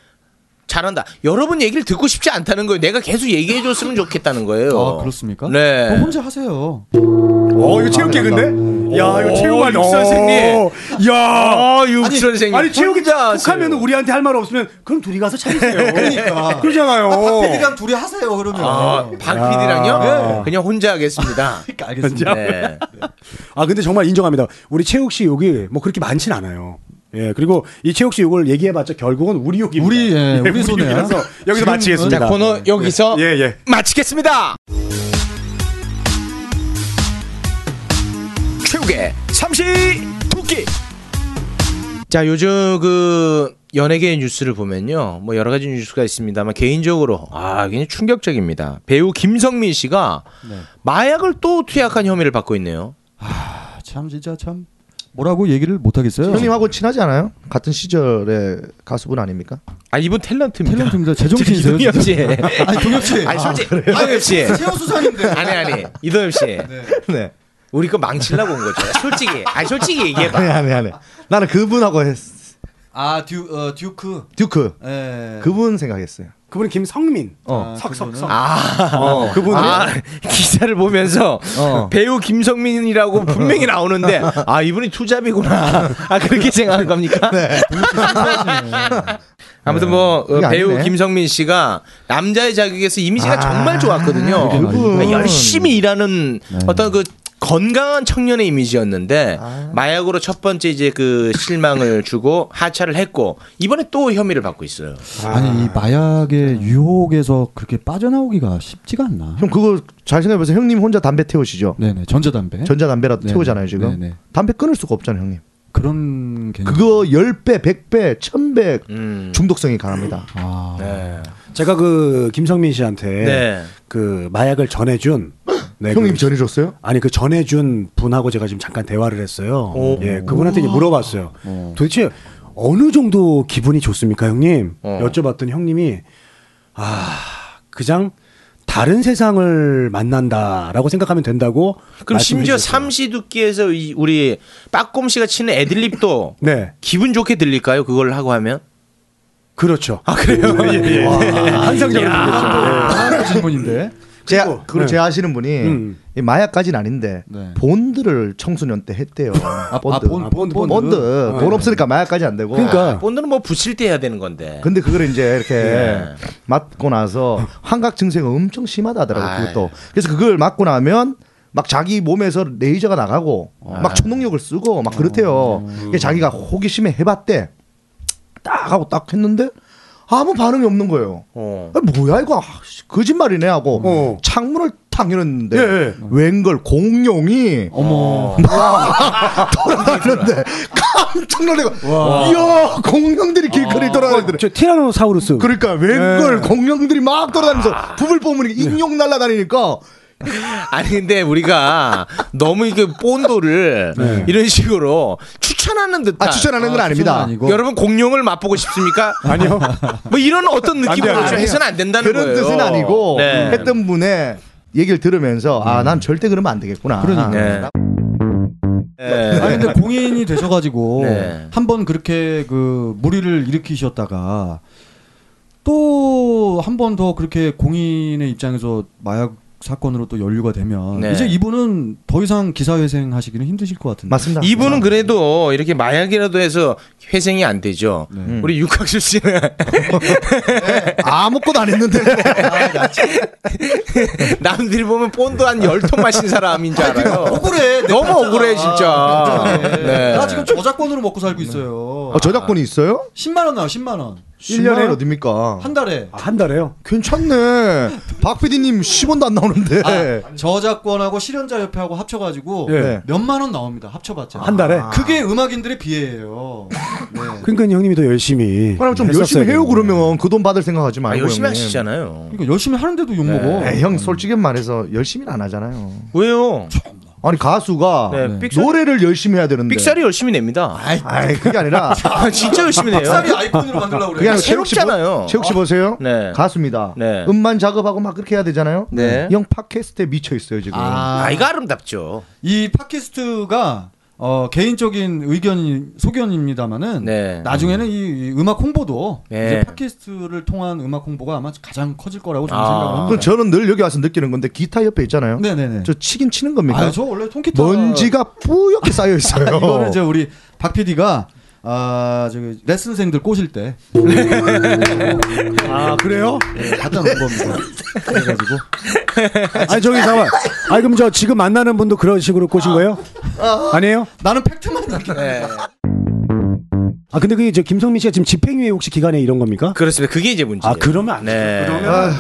Speaker 3: 잘한다. 여러분 얘기를 듣고 싶지 않다는 거예요. 내가 계속 얘기해 줬으면 좋겠다는 거예요.
Speaker 6: 아 그렇습니까?
Speaker 3: 어.
Speaker 6: 그럼
Speaker 3: 네.
Speaker 6: 혼자 하세요.
Speaker 4: 어 이거 체육 개그인데? 야 이거 체육할
Speaker 3: 육 선생님.
Speaker 4: 야.
Speaker 3: 아, 육 선생님.
Speaker 4: 아니 체육이
Speaker 3: 혼자
Speaker 4: 하면
Speaker 3: 하세요.
Speaker 4: 우리한테 할 말 없으면 그럼 둘이 가서 차리세요.
Speaker 6: 그러니까.
Speaker 4: 그러잖아요.
Speaker 6: PD랑 둘이 하세요 그러면.
Speaker 3: 어. 아, 박
Speaker 6: 네.
Speaker 3: PD랑요? 그냥 혼자 하겠습니다.
Speaker 6: 그러니까 알겠습니다.
Speaker 3: 네.
Speaker 4: 아 근데 정말 인정합니다. 우리 체육 씨 욕이 뭐 그렇게 많진 않아요. 예 그리고 이 체육 씨 욕을 얘기해봤자 결국은 우리 욕입니다.
Speaker 6: 우리, 예, 우리 손해야.
Speaker 4: 욕이라서 여기서
Speaker 6: 지금,
Speaker 4: 마치겠습니다.
Speaker 3: 자, 코너
Speaker 6: 네.
Speaker 3: 여기서
Speaker 4: 예, 예.
Speaker 3: 마치겠습니다. 최욱의 삼시 토끼. 자, 요즘 그 연예계 뉴스를 보면요. 뭐 여러 가지 뉴스가 있습니다만 개인적으로 아, 굉장히 충격적입니다. 배우 김성민 씨가 마약을 또 투약한 혐의를 받고 있네요.
Speaker 6: 아, 참 진짜 참 뭐라고 얘기를 못 하겠어요.
Speaker 5: 형님하고 친하지 않아요? 같은 시절의 가수분 아닙니까?
Speaker 3: 아, 이분 탤런트입니다.
Speaker 6: 탤런트입니다. 제정신이세요.
Speaker 3: 이동엽 씨.
Speaker 6: 아니 동엽 씨.
Speaker 3: 아니, 솔직히 이동엽 씨.
Speaker 6: 최우수상인데.
Speaker 3: 아니, 아니. 이동엽 씨.
Speaker 5: 네.
Speaker 3: 우리 거 망치려고 온 거죠. 솔직히. 아니 솔직히 얘기해 봐.
Speaker 5: 아니 아니 아니. 나는 그분하고 했,
Speaker 6: 아 듀, 어, 듀크.
Speaker 5: 듀크
Speaker 6: 예.
Speaker 5: 그분 생각했어요.
Speaker 4: 그분은 김성민.
Speaker 5: 어.
Speaker 4: 석석석.
Speaker 3: 아,
Speaker 4: 어, 그분은
Speaker 3: 아, 기사를 보면서
Speaker 5: 어.
Speaker 3: 배우 김성민이라고 분명히 나오는데 아 이분이 투잡이구나. 아 그렇게 생각한 겁니까?
Speaker 5: 네.
Speaker 3: 아무튼 뭐 어,
Speaker 5: 그게
Speaker 3: 배우
Speaker 5: 네. 아니네.
Speaker 3: 김성민 씨가 남자의 자격에서 이미지가
Speaker 5: 아,
Speaker 3: 정말 좋았거든요.
Speaker 5: 그분. 네.
Speaker 3: 그러니까 열심히 일하는 어떤 그 건강한 청년의 이미지였는데
Speaker 5: 아.
Speaker 3: 마약으로 첫 번째 이제 그 실망을 주고 하차를 했고 이번에 또 혐의를 받고 있어요.
Speaker 6: 아니 이 마약의 유혹에서 그렇게 빠져나오기가 쉽지가 않나.
Speaker 5: 형 그거 잘 생각해보세요. 형님 혼자 담배 태우시죠.
Speaker 6: 네네 전자담배.
Speaker 5: 전자담배라도
Speaker 6: 네네.
Speaker 5: 태우잖아요 지금.
Speaker 6: 네네.
Speaker 5: 담배 끊을 수가 없잖아요 형님.
Speaker 6: 그런 개념.
Speaker 5: 그거 10배, 100배, 1000배
Speaker 3: 음.
Speaker 5: 중독성이 강합니다.
Speaker 6: 아.
Speaker 3: 네.
Speaker 4: 제가 그 김성민 씨한테
Speaker 5: 예.
Speaker 3: 네.
Speaker 4: 그 마약을 전해준 네, 그-
Speaker 5: 형님 전해줬어요?
Speaker 4: 아니 그 전해준 분하고 제가 지금 잠깐 대화를 했어요.
Speaker 3: 오.
Speaker 4: 예, 그분한테 이제 물어봤어요. 도대체 어느 정도 기분이 좋습니까, 형님?
Speaker 3: 어.
Speaker 4: 여쭤봤더니 형님이 아 그냥 다른 세상을 만난다라고 생각하면 된다고.
Speaker 3: 그럼 심지어
Speaker 4: 말씀해주셨어요.
Speaker 3: 삼시두끼에서 이 우리 빠꼼 씨가 치는 애들립도
Speaker 4: 네,
Speaker 3: 기분 좋게 들릴까요? 그걸 하고 하면?
Speaker 4: 그렇죠.
Speaker 3: 아 그래요?
Speaker 4: 예. 환상적으로 들렸죠.
Speaker 6: 아, 질문인데.
Speaker 5: 제가 그걸
Speaker 4: 네.
Speaker 5: 제아하시는 분이
Speaker 4: 음.
Speaker 5: 이 마약까지는 아닌데
Speaker 6: 네.
Speaker 5: 본드를 청소년 때 했대요.
Speaker 6: 아,
Speaker 5: 본드.
Speaker 6: 본-
Speaker 5: 아,
Speaker 6: 본드, 본드.
Speaker 5: 본드. 돈 없으니까 마약까지 안 되고.
Speaker 4: 그러니까
Speaker 3: 본드는 뭐 붙일 때 해야 되는 건데.
Speaker 5: 근데 그걸 이제 이렇게
Speaker 3: 예.
Speaker 5: 맞고 나서 환각 증세가 엄청 심하다 하더라고
Speaker 3: 아이.
Speaker 5: 그것도. 그래서 그걸 맞고 나면 막 자기 몸에서 레이저가 나가고 막 초능력을 쓰고 막 그렇대요. 그게 자기가 호기심에 해봤대. 딱 하고 딱 했는데 아무 반응이 없는 거예요.
Speaker 3: 어.
Speaker 5: 아, 뭐야 이거 아, 씨, 거짓말이네 하고
Speaker 4: 어.
Speaker 5: 창문을 탁 열었는데
Speaker 4: 예, 예.
Speaker 5: 웬걸 공룡이
Speaker 6: 어머.
Speaker 5: 돌아다니는데 깜짝 놀래고 이야 공룡들이 길거리 돌아다니더래
Speaker 4: 저 티라노사우루스.
Speaker 5: 그러니까 웬걸 공룡들이 막 돌아다니면서 붓을 뽑으니까 인형 날아다니니까
Speaker 3: 아니 근데 우리가 너무 이게 본도를
Speaker 4: 네.
Speaker 3: 이런 식으로 추천하는 듯한.
Speaker 5: 아 추천하는 건
Speaker 6: 아, 추천은
Speaker 5: 아닙니다
Speaker 6: 아니고.
Speaker 3: 여러분 공룡을 맛보고 싶습니까?
Speaker 4: 아니요.
Speaker 3: 뭐 이런 어떤
Speaker 4: 안 돼요, 안
Speaker 3: 느낌으로
Speaker 4: 돼요.
Speaker 3: 해서는 안 된다는
Speaker 5: 그런
Speaker 3: 거예요.
Speaker 5: 뜻은 아니고
Speaker 3: 네.
Speaker 5: 했던 분의 얘기를 들으면서 아 난 절대 그러면 안 되겠구나 아,
Speaker 6: 그러니까.
Speaker 3: 네. 네.
Speaker 6: 아 근데 공인이 되셔가지고
Speaker 3: 네.
Speaker 6: 한 번 그렇게 그 무리를 일으키셨다가 또 한 번 더 그렇게 공인의 입장에서 마약 사건으로 또 연루가 되면
Speaker 3: 네.
Speaker 6: 이제 이분은 더 이상 기사회생하시기는 힘드실 것 같은데.
Speaker 5: 맞습니다
Speaker 6: 네.
Speaker 5: 아,
Speaker 3: 이분은 그래도 이렇게 마약이라도 해서 회생이 안 되죠.
Speaker 6: 네.
Speaker 3: 음. 우리 육학수 씨는
Speaker 5: 아무것도 안 했는데
Speaker 3: 남들이 보면 본드 한 열 통 마신 사람인 줄 알아요.
Speaker 6: 억울해. 내
Speaker 3: 너무
Speaker 6: 가짜가.
Speaker 3: 억울해, 진짜.
Speaker 6: 네.
Speaker 3: 네.
Speaker 6: 나 지금 저작권으로 먹고 살고 있어요.
Speaker 5: 어, 저작권이 있어요?
Speaker 6: 10만 원 나와 10만 원.
Speaker 5: 1년에 어딥니까
Speaker 6: 한 달에.
Speaker 4: 아, 한 달에요.
Speaker 5: 괜찮네. 박 PD님 10원도 안 나오는데.
Speaker 6: 아, 저작권하고 실현자 협회하고 합쳐가지고
Speaker 4: 예.
Speaker 6: 몇만 원 나옵니다. 합쳐봤자.
Speaker 4: 한 달에.
Speaker 6: 그게 음악인들의 비애예요. 네.
Speaker 4: 그러니까 형님이 더 열심히.
Speaker 5: 그럼 좀
Speaker 4: 했었어야
Speaker 5: 열심히 해요
Speaker 4: 되는데.
Speaker 5: 그러면 그 돈 받을 생각하지
Speaker 3: 아,
Speaker 5: 말고.
Speaker 3: 열심히
Speaker 5: 형님.
Speaker 3: 하시잖아요.
Speaker 6: 그러니까 열심히 하는데도 욕 먹어.
Speaker 5: 에이, 형 솔직히 말해서 열심히는 안 하잖아요.
Speaker 3: 왜요?
Speaker 5: 아니 가수가
Speaker 3: 네,
Speaker 5: 네.
Speaker 3: 삑사리-
Speaker 5: 노래를 열심히 해야 되는데.
Speaker 3: 삑살이 열심히 냅니다.
Speaker 5: 아이, 아이, 그게 아니라
Speaker 3: 아, 진짜 열심히 내요.
Speaker 6: 쌀이 네. 아이콘으로 만들려고 네. 그래.
Speaker 5: 그냥
Speaker 3: 새롭잖아요.
Speaker 5: 최욱 씨 보세요.
Speaker 3: 네.
Speaker 5: 가수입니다.
Speaker 3: 네.
Speaker 5: 음반 작업하고 막 그렇게 해야 되잖아요.
Speaker 3: 네.
Speaker 5: 형 팟캐스트에 미쳐 있어요 지금.
Speaker 3: 아, 이가 아름답죠.
Speaker 6: 이 팟캐스트가 어, 개인적인 의견 소견입니다만은
Speaker 3: 네.
Speaker 6: 나중에는 이, 이 음악 홍보도
Speaker 3: 네.
Speaker 6: 이제 팟캐스트를 통한 음악 홍보가 아마 가장 커질 거라고 저는
Speaker 3: 아.
Speaker 5: 그럼
Speaker 6: 생각합니다.
Speaker 5: 저는 늘 여기 와서 느끼는 건데 기타 옆에 있잖아요.
Speaker 6: 네네네.
Speaker 5: 저 치긴 치는 겁니까?
Speaker 6: 아, 저 원래 통기타
Speaker 5: 먼지가 뿌옇게 쌓여 있어요.
Speaker 6: 이거는 이제 우리 박 PD가 아 저기 레슨생들 꼬실 때
Speaker 4: 아 그래요?
Speaker 6: 예, 갖다 놓은 겁니다. 그래가지고
Speaker 4: 아니 저기 잠깐. 아 그럼 저 지금 만나는 분도 그런 식으로 꼬신
Speaker 5: 아.
Speaker 4: 거예요? 아니에요?
Speaker 6: 나는 팩트만 남겨.
Speaker 3: 네.
Speaker 4: 아 근데 그게 저 김성민 씨가 지금 집행유예 혹시 기간에 이런 겁니까?
Speaker 3: 그렇습니다. 그게 이제 문제예요.
Speaker 4: 아 그러면 안 아, 돼.
Speaker 3: 네.
Speaker 4: 그러면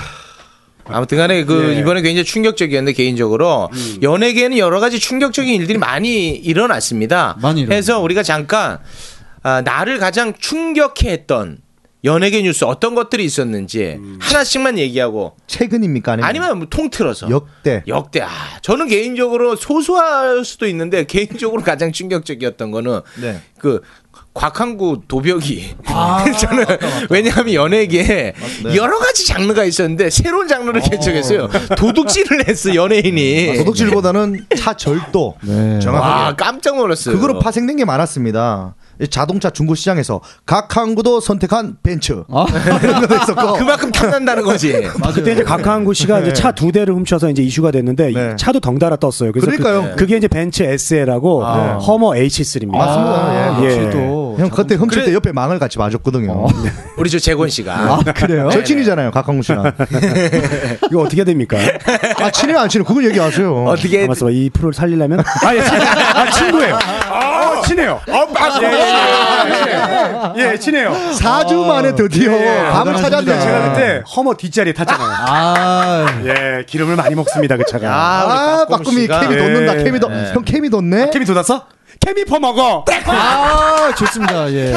Speaker 3: 아무튼 간에
Speaker 6: 예.
Speaker 3: 그 이번에 굉장히 충격적이었는데 개인적으로
Speaker 6: 음.
Speaker 3: 연예계에는 여러 가지 충격적인 일들이 많이 일어났습니다.
Speaker 6: 많이 일어났죠.
Speaker 3: 해서 우리가 잠깐 아, 나를 가장 충격해 했던 연예계 뉴스 어떤 것들이 있었는지
Speaker 6: 음.
Speaker 3: 하나씩만 얘기하고
Speaker 5: 최근입니까?
Speaker 6: 네.
Speaker 5: 아니면,
Speaker 3: 아니면 뭐 통틀어서
Speaker 5: 역대.
Speaker 3: 역대 아 저는 개인적으로 소소할 수도 있는데 개인적으로 가장 충격적이었던 거는
Speaker 5: 네. 아,
Speaker 3: 그 곽한구 도벽이 저는 왜냐하면 연예계에
Speaker 5: 네.
Speaker 3: 여러 가지 장르가 있었는데 새로운 장르를 개척했어요. 도둑질을 했어 연예인이.
Speaker 5: 아, 도둑질보다는 차 절도 정확하게
Speaker 3: 와 아, 깜짝 놀랐어요.
Speaker 5: 그거로 파생된 게 많았습니다. 이 자동차 중고 시장에서 각 항구도 선택한 벤츠 이런 것도 있었고
Speaker 3: 아, 그만큼 탐난다는
Speaker 5: 네.
Speaker 3: 거지.
Speaker 4: 그때 이제 각하한구 씨가 이제 차 두 대를 훔쳐서 이제 이슈가 됐는데 이
Speaker 5: 네.
Speaker 4: 차도 덩달아 떴어요. 그래서
Speaker 5: 그러니까요. 아.
Speaker 4: 그, 게 이제 벤츠 SL하고 허머 H3입니다.
Speaker 5: 맞습니다. 예.
Speaker 4: 예.
Speaker 5: 형 그때 훔칠
Speaker 3: 그래.
Speaker 5: 때 옆에 망을 같이 맞았거든요.
Speaker 3: 우리 저 재곤
Speaker 5: 아,
Speaker 3: 씨가
Speaker 5: 그래요? 절친이잖아요, 각광우 씨랑.
Speaker 4: 이거 어떻게 해야 됩니까?
Speaker 5: 아 친해요, 안 친해요? 그건 얘기하세요.
Speaker 3: 어떻게 네.
Speaker 4: 가만있어 봐. 아, 이 프로를 살리려면 예, 그 아, 예, 친해요. 아, 친구예요. 아, 친해요. 예, 예, 예, 예, 친해요. 예,
Speaker 5: 4주 만에 드디어 밤을 찾았네.
Speaker 4: 제가 그때 허머 뒷자리에 아. 탔잖아요.
Speaker 6: 아,
Speaker 4: 예, 기름을 많이 먹습니다, 그 차가. 아,
Speaker 5: 아, 빠꿈이 케미 돋는다. 케미 돋. 형 케미 돋네.
Speaker 4: 케미 돋았어? 케미 퍼먹어.
Speaker 6: 아 좋습니다. 예.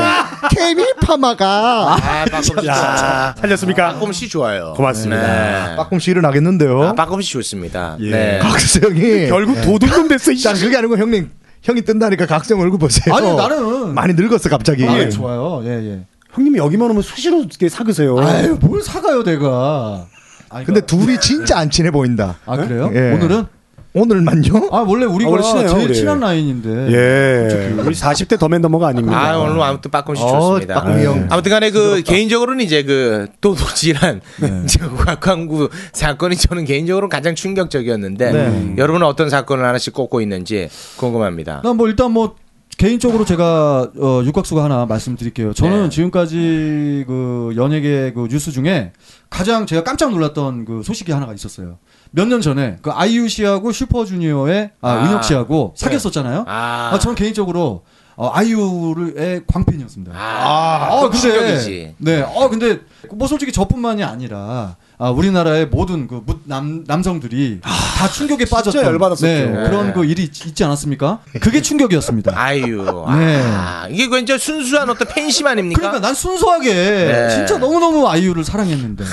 Speaker 5: 케미 파마가.
Speaker 3: 아, 박검 씨.
Speaker 4: 야, 살렸습니까?
Speaker 3: 박검 씨 좋아요.
Speaker 4: 고맙습니다.
Speaker 3: 네.
Speaker 5: 빠꿈씨 일어나겠는데요.
Speaker 3: 아, 박검 씨 좋습니다.
Speaker 4: 예.
Speaker 3: 네.
Speaker 5: 각수 형이.
Speaker 4: 결국 도둑놈 됐어, 이
Speaker 5: 난 그게 아니고 형님. 형이 뜬다니까 각성 얼굴 보세요.
Speaker 6: 아니, 나는-
Speaker 5: 많이 늙었어 갑자기.
Speaker 6: 아, 좋아요. 예 예.
Speaker 4: 형님이 여기만 오면 수시로 이렇게 사그세요.
Speaker 6: 아유 뭘 사가요 내가. 아니,
Speaker 5: 근데 둘이 진짜 안 친해 보인다.
Speaker 6: 아 그래요?
Speaker 5: 예.
Speaker 6: 오늘은
Speaker 5: 오늘만요?
Speaker 6: 아 원래 우리가
Speaker 4: 아, 원래 친해요,
Speaker 6: 제일
Speaker 4: 우리.
Speaker 6: 친한 라인인데.
Speaker 4: 예. 우리 40대 더맨더머가 아닙니다.
Speaker 3: 아, 오늘 아무튼 빠꿈 씨
Speaker 5: 어,
Speaker 3: 좋습니다.
Speaker 5: 빠꿈이 형.
Speaker 3: 아무튼 간에 그 개인적으로는 이제 그 도둑질한 저 곽광구 사건이 저는 개인적으로 가장 충격적이었는데 여러분은 어떤 사건을 하나씩 꼽고 있는지 궁금합니다.
Speaker 6: 난 뭐 일단 뭐 개인적으로 제가 어, 육각수가 하나 말씀드릴게요. 저는
Speaker 4: 예.
Speaker 3: 네.
Speaker 6: 지금까지 그 연예계 그 뉴스 중에 가장 제가 깜짝 놀랐던 그 소식이 하나가 있었어요. 몇 년 전에 그 아이유 씨하고 슈퍼주니어의 아,
Speaker 3: 아.
Speaker 6: 은혁 씨하고
Speaker 4: 예.
Speaker 6: 사귀었었잖아요.
Speaker 3: 아.
Speaker 6: 아, 저는 개인적으로 어, 아이유의 광팬이었습니다.
Speaker 3: 아,
Speaker 6: 아,
Speaker 3: 그
Speaker 6: 근데
Speaker 3: 충격이지.
Speaker 6: 네. 어 근데 뭐 솔직히 저뿐만이 아니라 아, 우리나라의 모든 그 무- 남, 남성들이 다 충격에 빠졌던
Speaker 4: 열받았었죠.
Speaker 6: 네,
Speaker 4: 네.
Speaker 6: 그런 그 일이 있- 있지 않았습니까? 그게 충격이었습니다.
Speaker 3: 아유.
Speaker 6: 네.
Speaker 3: 아, 이게 굉장히 순수한 어떤 팬심 아닙니까?
Speaker 6: 그러니까 난 순수하게
Speaker 3: 네.
Speaker 6: 진짜 너무너무 아이유를 사랑했는데.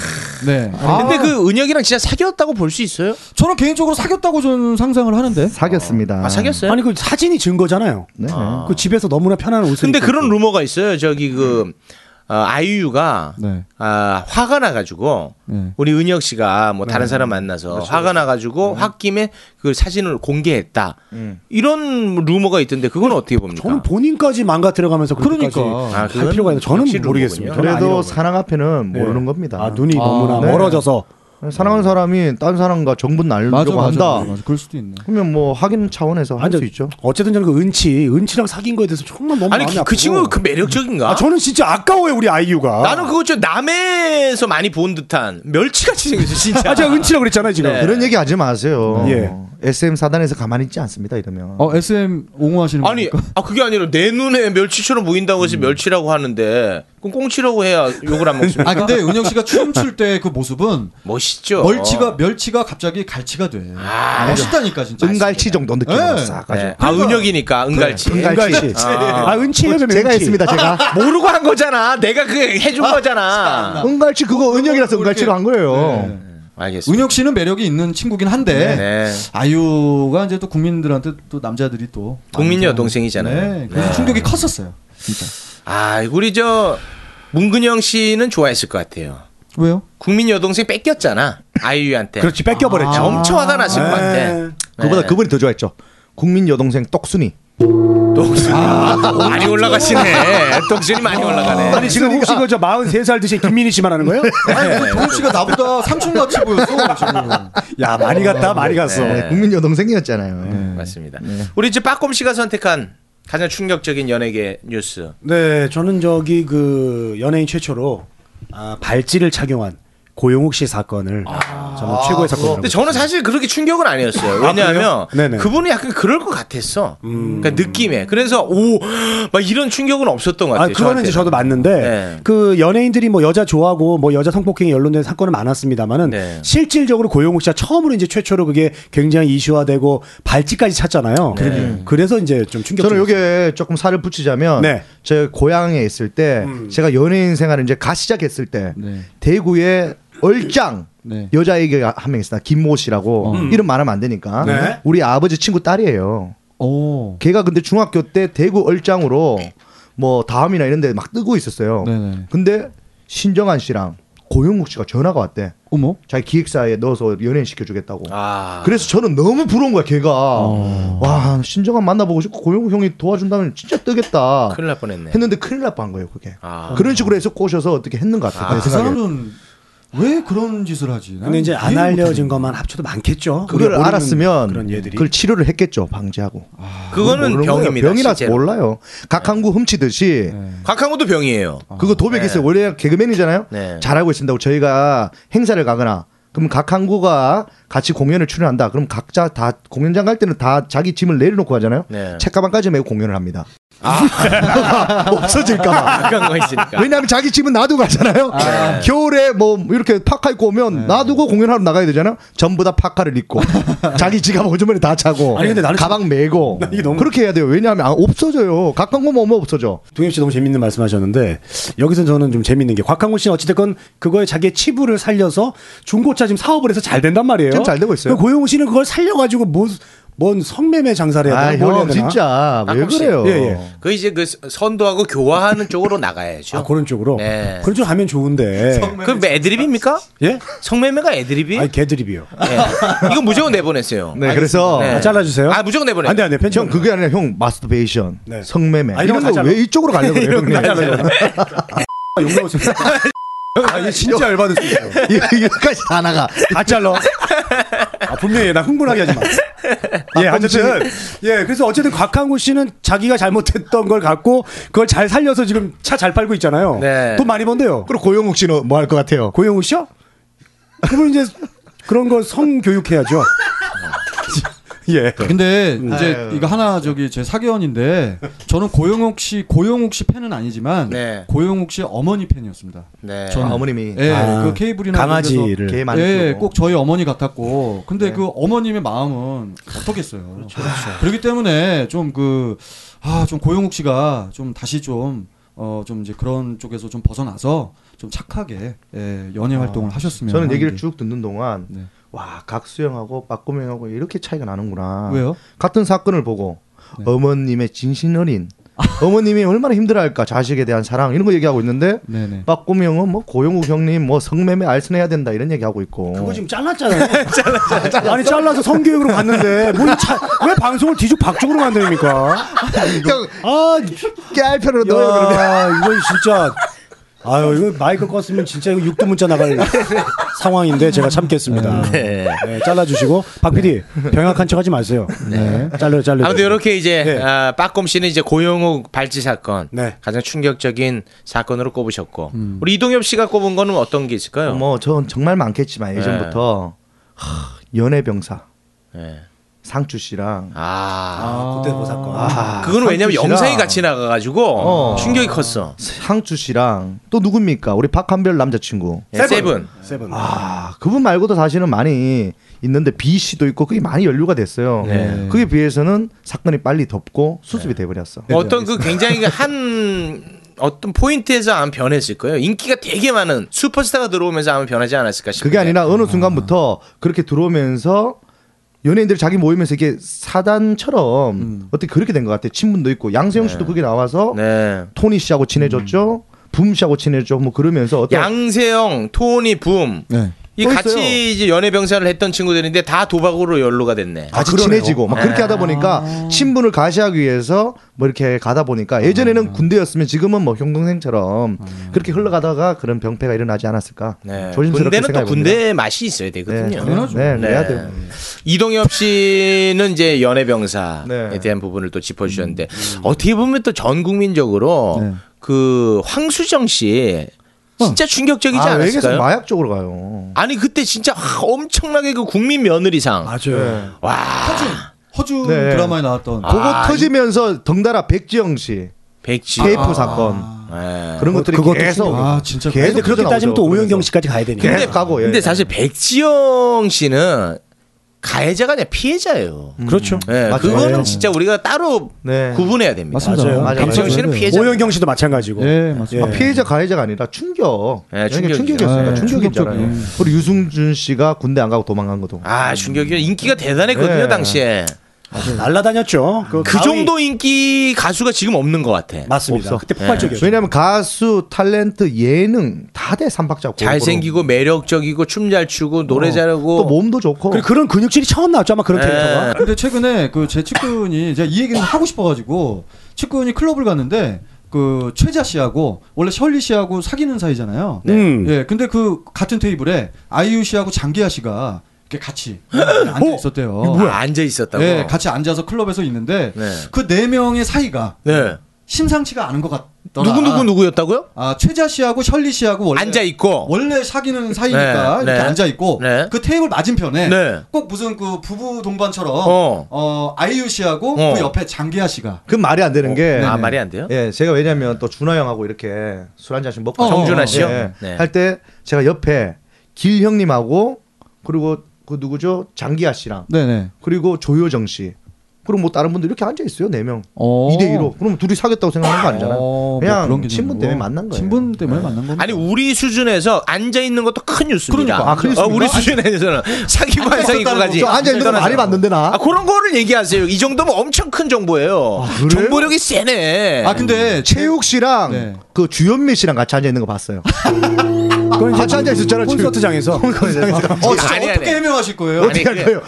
Speaker 6: 네. 아,
Speaker 3: 근데 그 은혁이랑 진짜 사귀었다고 볼 수 있어요?
Speaker 6: 저는 개인적으로 사귀었다고 저는 상상을 하는데.
Speaker 5: 사귀었습니다.
Speaker 3: 아, 사귀었어요?
Speaker 4: 아니 그 사진이 증거잖아요.
Speaker 5: 네.
Speaker 4: 그 집에서 너무나 편안한 옷을.
Speaker 3: 근데
Speaker 4: 입고
Speaker 3: 그런
Speaker 4: 있고.
Speaker 3: 루머가 있어요. 저기 그 어, 아이유가
Speaker 6: 네.
Speaker 3: 아, 화가 나가지고
Speaker 6: 네.
Speaker 3: 우리 은혁 씨가 뭐
Speaker 4: 음.
Speaker 3: 다른 사람 만나서
Speaker 4: 그렇죠,
Speaker 3: 화가 나가지고 홧김에 그 사진을 공개했다. 이런 루머가 있던데 그건 어떻게 봅니까?
Speaker 4: 음. 저는 본인까지 망가 들어가면서 그렇게까지
Speaker 6: 그러니까.
Speaker 3: 아,
Speaker 4: 할
Speaker 3: 그건
Speaker 4: 필요가 있는. 저는
Speaker 3: 역시
Speaker 4: 모르겠습니다.
Speaker 3: 루머군요.
Speaker 4: 저는
Speaker 5: 그래도
Speaker 4: 아니라고
Speaker 5: 사랑 앞에는
Speaker 4: 봐요.
Speaker 5: 모르는
Speaker 4: 예.
Speaker 5: 겁니다.
Speaker 4: 아 눈이
Speaker 6: 아,
Speaker 4: 너무나
Speaker 5: 네.
Speaker 4: 멀어져서
Speaker 5: 사랑하는 사람이 딴 사람과 정분
Speaker 6: 맞아,
Speaker 5: 날려고
Speaker 6: 맞아,
Speaker 5: 한다.
Speaker 6: 맞아, 맞아. 그럴 수도 있네.
Speaker 5: 그러면 뭐 확인 차원에서 할
Speaker 4: 아니,
Speaker 5: 수 있죠.
Speaker 4: 어쨌든 저는 그 은치, 은치랑 사귄 거에 대해서 정말 너무
Speaker 3: 아니
Speaker 4: 마음이
Speaker 3: 그,
Speaker 4: 아프고.
Speaker 3: 그 친구 그 매력적인가?
Speaker 4: 아 저는 진짜 아까워요 우리 아이유가.
Speaker 3: 나는 그거 좀 남해에서 많이 본 듯한 멸치같이 생겼어 진짜.
Speaker 4: 아 제가 은치라고 그랬잖아요 지금.
Speaker 3: 네.
Speaker 5: 그런 얘기 하지 마세요.
Speaker 4: 예.
Speaker 5: SM 사단에서 가만히 있지 않습니다. 이러면
Speaker 6: 어, SM 옹호하시는
Speaker 4: 음.
Speaker 6: 거.
Speaker 3: 아니, 아 그게 아니라 내 눈에 멸치처럼 보인다고 해서 멸치라고 하는데 그럼 꽁치라고 해야 욕을 안 먹습니다.
Speaker 6: 아 근데 은혁 씨가 춤출 때 그 모습은
Speaker 3: 멋있죠. 아,
Speaker 6: 멀치가 멸치가 갑자기 갈치가 돼. 멋있다니까 진짜.
Speaker 5: 은갈치 정도 느낌으로
Speaker 6: 예.
Speaker 5: 싹
Speaker 3: 네.
Speaker 5: 가죠.
Speaker 3: 아 은혁이니까 은갈치.
Speaker 4: 은갈치. 아, 은치라면
Speaker 5: 뭐 제가 했습니다. 제가
Speaker 3: 모르고 한 거잖아. 내가 그 해준 거잖아. 네.
Speaker 5: 은갈치 그거 은혁이라서 은갈치로 한 거예요.
Speaker 3: 알겠습니다.
Speaker 6: 은혁 씨는 매력이 있는 친구긴 한데
Speaker 3: 네.
Speaker 6: 아이유가 이제 또 국민들한테 또 남자들이 또
Speaker 3: 국민
Speaker 6: 많이
Speaker 3: 여동생이잖아요.
Speaker 6: 네, 그래서 충격이 컸었어요. 진짜.
Speaker 3: 아 우리 저 문근영 씨는 좋아했을 것 같아요.
Speaker 6: 왜요?
Speaker 3: 국민 여동생 뺏겼잖아 아이유한테.
Speaker 4: 그렇지 뺏겨버렸죠.
Speaker 3: 야, 엄청 화가 났을 것 같아.
Speaker 5: 그보다
Speaker 3: 네.
Speaker 5: 그분이 더 좋아했죠. 국민 여동생 떡순이.
Speaker 3: 똥순이 많이 올라가시네. 똥순이 많이 올라가네. 그러니까. 네.
Speaker 4: 아니 지금 혹시 그저 43살 드신 김민희 씨 말하는 거예요?
Speaker 6: 아니 그 동욱 씨가 나보다 삼촌 같이 보였어. 지금.
Speaker 4: 야 많이 갔다 많이 갔어.
Speaker 3: 네.
Speaker 5: 국민 여동생이었잖아요.
Speaker 3: 맞습니다. 우리 이제 빠꼼 씨가 선택한 가장 충격적인 연예계 뉴스.
Speaker 4: 네, 저는 저기 그 연예인 최초로 아, 발찌를 착용한 고용욱 씨 사건을
Speaker 3: 아,
Speaker 4: 저는 최고의 사건이라고.
Speaker 3: 근데 저는 사실 그렇게 충격은 아니었어요. 왜냐하면
Speaker 4: 그래요? 네네.
Speaker 3: 그분이 약간 그럴 것 같았어. 그러니까 느낌에. 그래서 오 막 이런 충격은 없었던 것
Speaker 4: 아,
Speaker 3: 같아요.
Speaker 4: 그거는 이제
Speaker 3: 저한테는.
Speaker 4: 저도 맞는데
Speaker 3: 네.
Speaker 4: 그 연예인들이 뭐 여자 좋아하고 뭐 여자 성폭행이 연론된 사건은 많았습니다만은
Speaker 3: 네.
Speaker 4: 실질적으로 고용욱 씨가 처음으로 이제 최초로 그게 굉장히 이슈화되고 발찌까지
Speaker 3: 네.
Speaker 4: 찼잖아요. 그래서 이제 좀 충격.
Speaker 5: 저는 요게 조금 살을 붙이자면
Speaker 4: 네. 음.
Speaker 5: 제 고향에 있을 때 제가 연예인 생활을 이제 가 시작했을 때
Speaker 6: 네.
Speaker 5: 대구에 얼짱
Speaker 6: 네. 어.
Speaker 5: 여자애기가 한 명 있었나 김모 씨라고 이름 말하면 안 되니까
Speaker 4: 음. 네.
Speaker 5: 우리 아버지 친구 딸이에요.
Speaker 6: 오.
Speaker 5: 걔가 근데 중학교 때 대구 얼짱으로 뭐 다음이나 이런 데 막 뜨고 있었어요.
Speaker 6: 네네.
Speaker 5: 근데 신정한 씨랑 고영국 씨가 전화가 왔대.
Speaker 6: 어머.
Speaker 5: 자기 기획사에 넣어서 연예인 시켜주겠다고.
Speaker 3: 아. 어.
Speaker 5: 그래서 저는 너무 부러운 거야, 걔가. 와, 신정한 만나보고 싶고 고영국 형이 도와준다면 진짜 뜨겠다.
Speaker 3: 큰일 날 뻔했네.
Speaker 5: 했는데 큰일 날 뻔한 거예요, 그게.
Speaker 3: 아.
Speaker 5: 그런 식으로 해서 꼬셔서 어떻게 했는 것 같아요.
Speaker 6: 아,
Speaker 5: 내
Speaker 6: 그
Speaker 5: 생각에.
Speaker 6: 사람은 왜 그런 짓을 하지? 나는
Speaker 4: 근데 이제 안
Speaker 6: 이해를
Speaker 4: 알려진 것만 합쳐도 많겠죠.
Speaker 5: 음. 그걸
Speaker 4: 우리가 모르는
Speaker 5: 알았으면
Speaker 4: 그런 얘들이
Speaker 5: 그걸 치료를 했겠죠, 방지하고.
Speaker 3: 아, 그거는
Speaker 5: 모르는 거예요.
Speaker 3: 병입니다.
Speaker 5: 병이라서
Speaker 3: 실제로.
Speaker 5: 몰라요. 각항구 훔치듯이
Speaker 3: 곽한구도 병이에요.
Speaker 5: 그거 도백했어요.
Speaker 3: 네.
Speaker 5: 원래 개그맨이잖아요.
Speaker 3: 네.
Speaker 5: 잘하고 있습니다. 저희가 행사를 가거나 그럼 각 항구가 같이 공연을 출연한다. 그럼 각자 다 공연장 갈 때는 다 자기 짐을 내려놓고 가잖아요.
Speaker 3: 네.
Speaker 5: 책가방까지 메고 공연을 합니다.
Speaker 4: 아.
Speaker 5: 없어질까봐.
Speaker 4: 그러니까.
Speaker 3: 그런 거 있으니까.
Speaker 5: 왜냐하면 자기 짐은 놔두고 가잖아요.
Speaker 4: 네.
Speaker 5: 겨울에 뭐 이렇게 파카 입고 오면 놔두고 공연하러 나가야 되잖아요. 전부 다 파카를 입고 자기 지갑 오줌에 다 차고
Speaker 4: 아니, 근데 나는
Speaker 5: 가방 메고
Speaker 4: 이게 너무-
Speaker 5: 그렇게 해야 돼요. 왜냐하면 아, 없어져요. 각광고 뭐면 없어져.
Speaker 4: 동엽 씨 너무 재밌는 말씀하셨는데 여기서 저는 좀 재밌는 게 곽한구 씨는 어찌됐건 그거에 자기의 치부를 살려서 중고차 지금 사업을 해서 잘 된단 말이에요.
Speaker 5: 지금 잘 되고 있어요.
Speaker 4: 그 고용우 씨는 그걸 살려가지고 뭐, 뭔 성매매 장사를 해야 네, 되나? 뭘 해야
Speaker 5: 아형
Speaker 4: 되나?
Speaker 5: 진짜 왜
Speaker 3: 가끔씩.
Speaker 5: 그래요?
Speaker 4: 예, 예.
Speaker 3: 그 이제 그 선도하고 교화하는 쪽으로 나가야죠.
Speaker 4: 아 그런 쪽으로.
Speaker 3: 네.
Speaker 4: 그런 쪽으로 하면 좋은데.
Speaker 3: 그 애드립입니까?
Speaker 4: 예?
Speaker 3: 성매매가 애드립이?
Speaker 4: 아니 개드립이요.
Speaker 3: 예. 이거 무조건 내보냈어요.
Speaker 5: 네, 그래서
Speaker 3: 네.
Speaker 4: 아, 잘라주세요.
Speaker 3: 아, 무조건 내보내요.
Speaker 4: 안돼 안돼 편집.
Speaker 5: 형 그게 아니라 형 마스터베이션,
Speaker 4: 네.
Speaker 5: 성매매
Speaker 4: 아, 이런
Speaker 5: 이런
Speaker 4: 거
Speaker 5: 거
Speaker 4: 하잖아.
Speaker 5: 왜 이쪽으로 가려고 그래요? 형님?
Speaker 4: 욕먹을 수 있어. 아, 이게 진짜 열받을 수 있어요.
Speaker 5: 이- 여기까지 다 나가.
Speaker 4: 다 잘라. 아, 분명히 나 흥분하게 하지 마.
Speaker 3: 아,
Speaker 4: 예, 어쨌든 예, 그래서 어쨌든 곽한구 씨는 자기가 잘못했던 걸 갖고 그걸 잘 살려서 지금 차 잘 팔고 있잖아요.
Speaker 3: 네.
Speaker 4: 돈 많이 번대요.
Speaker 5: 그리고 고영욱 씨는 뭐 할 것 같아요?
Speaker 4: 고영우 씨요? 그러면 이제 그런 거 성교육해야죠.
Speaker 3: 어.
Speaker 4: 예.
Speaker 3: 네.
Speaker 6: 근데 이제
Speaker 4: 네.
Speaker 5: 아유.
Speaker 6: 이거 하나 저기 제 사견인데 저는 고영욱 씨 고영욱 씨 팬은 아니지만
Speaker 3: 네.
Speaker 6: 고영욱 씨 어머니 팬이었습니다.
Speaker 3: 네.
Speaker 6: 저는.
Speaker 5: 아, 어머님이.
Speaker 6: 예,
Speaker 4: 아,
Speaker 6: 그 케이블이나 이런 데서
Speaker 4: 강아지를
Speaker 5: 개 많이
Speaker 6: 예,
Speaker 5: 키우고.
Speaker 6: 꼭 저희 어머니 같았고, 근데 그 어머님의 마음은 어떻겠어요. 그렇죠, 그렇기 때문에 좀 그 아, 좀 고영욱 씨가 좀 다시 좀 어, 좀 이제 그런 쪽에서 좀 벗어나서 좀 착하게 예, 연예 활동을 하셨으면.
Speaker 5: 저는 얘기를
Speaker 6: 하는데.
Speaker 5: 쭉 듣는 동안
Speaker 6: 네.
Speaker 5: 와 각수형하고 박구명하고 이렇게 차이가 나는구나.
Speaker 6: 왜요? 네.
Speaker 5: 같은 사건을 보고 어머님의 진심 어린 어머님이 얼마나 힘들어할까 자식에 대한 사랑 이런 거 얘기하고 있는데
Speaker 6: 네네.
Speaker 5: 박구명은 뭐 고영욱 형님 뭐 성매매 알선해야 된다 이런 얘기하고 있고.
Speaker 4: 그거 지금 잘랐잖아요. 아니 잘라서 성교육으로 갔는데 뭐왜 방송을 뒤죽 박죽으로 만듭니까?
Speaker 5: 형
Speaker 4: 아,
Speaker 5: 깨알편으로 넣어요 그러면.
Speaker 4: 야, 이건 진짜. 아유, 이거 마이크 껐으면 진짜 이거 육두 문자 나갈 상황인데 제가 참겠습니다.
Speaker 3: 네.
Speaker 4: 네, 잘라주시고 박 PD 병약한 척하지 마세요. 네, 잘려 잘려.
Speaker 3: 아무튼 이렇게 이제
Speaker 4: 네.
Speaker 3: 아, 빠꼼 씨는 이제 고영욱 발찌 사건
Speaker 4: 네.
Speaker 3: 가장 충격적인 사건으로 꼽으셨고 우리 이동엽 씨가 꼽은 거는 어떤 게 있을까요?
Speaker 5: 음. 뭐 전 정말 많겠지만 예전부터 하, 연애병사
Speaker 3: 네.
Speaker 5: 상추 씨랑
Speaker 3: 아,
Speaker 4: 그때 뭐 사건.
Speaker 5: 아,
Speaker 3: 그거는 왜냐면
Speaker 5: 상추 씨랑
Speaker 3: 영상이 같이 나가가지고
Speaker 5: 어.
Speaker 3: 충격이 컸어.
Speaker 5: 상추 씨랑 또 누굽니까 우리 박한별 남자친구
Speaker 3: 예, 세븐.
Speaker 4: 세븐.
Speaker 5: 아 그분 말고도 사실은 많이 있는데 B 씨도 있고 그게 많이 연루가 됐어요.
Speaker 3: 네.
Speaker 5: 그에 비해서는 사건이 빨리 덮고 수습이 돼버렸어.
Speaker 3: 어떤 그 굉장히 그한 어떤 포인트에서 아마 변했을 거예요. 인기가 되게 많은 슈퍼스타가 들어오면서 아마 변하지 않았을까 싶어요.
Speaker 5: 그게 아니라 어느 순간부터 그렇게 들어오면서 연예인들이 자기 모이면서 이게 사단처럼
Speaker 3: 음.
Speaker 5: 어떻게 그렇게 된 것 같아. 요 친분도 있고 양세형 씨도 그게 나와서
Speaker 3: 네.
Speaker 5: 토니 씨하고 친해졌죠. 붐 씨하고 친해졌죠. 뭐 그러면서 어떤
Speaker 3: 양세형, 토니, 붐.
Speaker 6: 네.
Speaker 3: 이
Speaker 5: 또
Speaker 3: 같이
Speaker 5: 있어요.
Speaker 3: 이제 연애병사를 했던 친구들인데 다 도박으로 연루가 됐네.
Speaker 5: 같이
Speaker 4: 그러네요.
Speaker 5: 친해지고 막 아, 그렇게 하다 보니까 친분을 가시하기 위해서 뭐 이렇게 가다 보니까 예전에는 군대였으면 지금은 뭐 형동생처럼 그렇게 흘러가다가 그런 병폐가 일어나지 않았을까
Speaker 3: 네.
Speaker 5: 조심스럽게
Speaker 3: 군대는 또
Speaker 5: 생각해
Speaker 3: 군대의 맛이 있어야 되거든요.
Speaker 5: 네, 네,
Speaker 3: 네.
Speaker 5: 그래야 돼요.
Speaker 3: 이동엽 씨는 이제 연애병사에
Speaker 5: 네. 음,
Speaker 3: 대한 부분을 또 짚어주셨는데 어떻게 보면 또 전 국민적으로
Speaker 6: 네.
Speaker 3: 그 황수정 씨 진짜 충격적이지
Speaker 5: 아, 왜 계속
Speaker 3: 않았을까요?
Speaker 5: 마약 쪽으로 가요?
Speaker 3: 아니 그때 진짜 하, 엄청나게 그 국민 며느리상
Speaker 4: 맞아요.
Speaker 3: 와
Speaker 6: 허준 허준
Speaker 5: 네.
Speaker 6: 드라마에 나왔던.
Speaker 5: 그거
Speaker 3: 아,
Speaker 5: 터지면서 덩달아 백지영 씨
Speaker 3: 백지
Speaker 5: 테이프 사건
Speaker 3: 예.
Speaker 5: 그런
Speaker 4: 어,
Speaker 5: 것들이
Speaker 4: 그것도
Speaker 5: 계속
Speaker 6: 아, 진짜
Speaker 4: 근데
Speaker 5: 계속
Speaker 4: 그렇게
Speaker 5: 터져나오죠.
Speaker 4: 따지면 또 오영경
Speaker 5: 그래서.
Speaker 4: 씨까지 가야 되니까.
Speaker 5: 계속 가고 예.
Speaker 3: 근데 사실 백지영 씨는 가해자가 아니라 피해자예요.
Speaker 4: 그렇죠.
Speaker 3: 예,
Speaker 5: 맞아요.
Speaker 3: 그거는
Speaker 5: 네.
Speaker 3: 진짜 우리가 따로
Speaker 5: 네.
Speaker 3: 구분해야 됩니다.
Speaker 6: 맞습니다.
Speaker 4: 맞아요.
Speaker 5: 맞아요.
Speaker 3: 박지영 씨는 피해자.
Speaker 4: 오영경 씨도 마찬가지고.
Speaker 6: 예, 맞습니다.
Speaker 5: 아, 피해자 가해자가 아니라 충격.
Speaker 3: 네, 충격이죠.
Speaker 5: 충격이었으니까
Speaker 6: 네,
Speaker 5: 충격이잖아요.
Speaker 6: 충격적이에요.
Speaker 5: 우리 유승준 씨가 군대 안 가고 도망간 것도.
Speaker 3: 아, 충격이 인기가 대단했거든요,
Speaker 5: 네.
Speaker 3: 당시에.
Speaker 4: 날라다녔죠.
Speaker 3: 그
Speaker 4: 그, 가위-
Speaker 3: 정도 인기 가수가 지금 없는 것 같아.
Speaker 4: 맞습니다.
Speaker 5: 없어.
Speaker 4: 그때 폭발적이었죠.
Speaker 5: 왜냐면 가수, 탤런트, 예능 다 대 삼박자 골고루.
Speaker 3: 잘생기고 매력적이고 춤 잘 추고 노래 잘하고
Speaker 5: 어. 또 뭐, 몸도 좋고.
Speaker 4: 그리고 그런 근육질이 처음 나왔죠 아마
Speaker 3: 네.
Speaker 4: 그런 캐릭터가.
Speaker 6: 근데 최근에 그 제 측근이 제가 이 얘기는 하고 싶어가지고 측근이 클럽을 갔는데 그 최자 씨하고 원래 셜리 씨하고 사귀는 사이잖아요.
Speaker 3: 네.
Speaker 4: 음.
Speaker 6: 예, 근데 그 같은 테이블에 아이유 씨하고 장기하 씨가 이렇게 같이 앉아 있었대요.
Speaker 3: 어? 뭐야? 앉아 있었다고.
Speaker 6: 예, 같이 앉아서 클럽에서 있는데
Speaker 3: 네.
Speaker 6: 그 네 명의 사이가
Speaker 3: 네.
Speaker 6: 심상치가 않은 것 같더라.
Speaker 3: 누구 누구 누구였다고요?
Speaker 6: 아 최자 씨하고 셜리 씨하고 원래
Speaker 3: 앉아 있고.
Speaker 6: 원래 사귀는 사이니까
Speaker 3: 어. 네,
Speaker 6: 이렇게
Speaker 3: 네.
Speaker 6: 앉아 있고
Speaker 3: 네.
Speaker 6: 그 테이블 맞은편에
Speaker 3: 네.
Speaker 6: 꼭 무슨 그 부부 동반처럼
Speaker 3: 어.
Speaker 6: 어, 아이유 씨하고
Speaker 3: 어.
Speaker 6: 그 옆에 장기하 씨가
Speaker 5: 그 말이 안 되는 게.
Speaker 3: 아 말이 안 돼요?
Speaker 5: 예, 제가 왜냐면 또 준하 형하고 이렇게 술 한 잔씩 먹고
Speaker 6: 어,
Speaker 3: 정준하 씨요?
Speaker 5: 예,
Speaker 3: 네.
Speaker 5: 할때 제가 옆에 길 형님하고 그리고 그 누구죠? 장기하 씨랑
Speaker 6: 네네
Speaker 5: 그리고 조효정 씨. 그리고 뭐 다른 분들 이렇게 앉아 있어요. 네 명.
Speaker 6: 어.
Speaker 5: 2대 2로. 그럼 둘이 사귀었다고 생각하는 거 아니잖아요. 그냥 친분 때문에 만난 거예요.
Speaker 6: 친분 때문에 만난 거예요.
Speaker 3: 네. 아니 우리 수준에서 앉아 있는 것도 큰 뉴스입니다.
Speaker 6: 그러니까. 아, 큰
Speaker 3: 어, 우리
Speaker 6: 뉴스입니다.
Speaker 3: 수준에서는 사귀고 안 사귀고까지
Speaker 5: 저 앉아 있는 거 말이 맞는데 나.
Speaker 3: 아, 그런 거를 얘기하세요. 이 정도면 엄청 큰 정보예요.
Speaker 5: 그래요?
Speaker 3: 정보력이 세네.
Speaker 6: 아 근데
Speaker 3: 음.
Speaker 5: 최욱 씨랑
Speaker 6: 네.
Speaker 5: 그 주현미 씨랑 같이 앉아 있는 거 봤어요. 그건 같이 앉아 있었잖아요.
Speaker 4: 콘서트장에서.
Speaker 3: 어,
Speaker 6: 어, 진짜
Speaker 3: 아니, 아니.
Speaker 6: 어떻게 해명하실 거예요?
Speaker 3: 아니,
Speaker 5: 어떻게 할까요?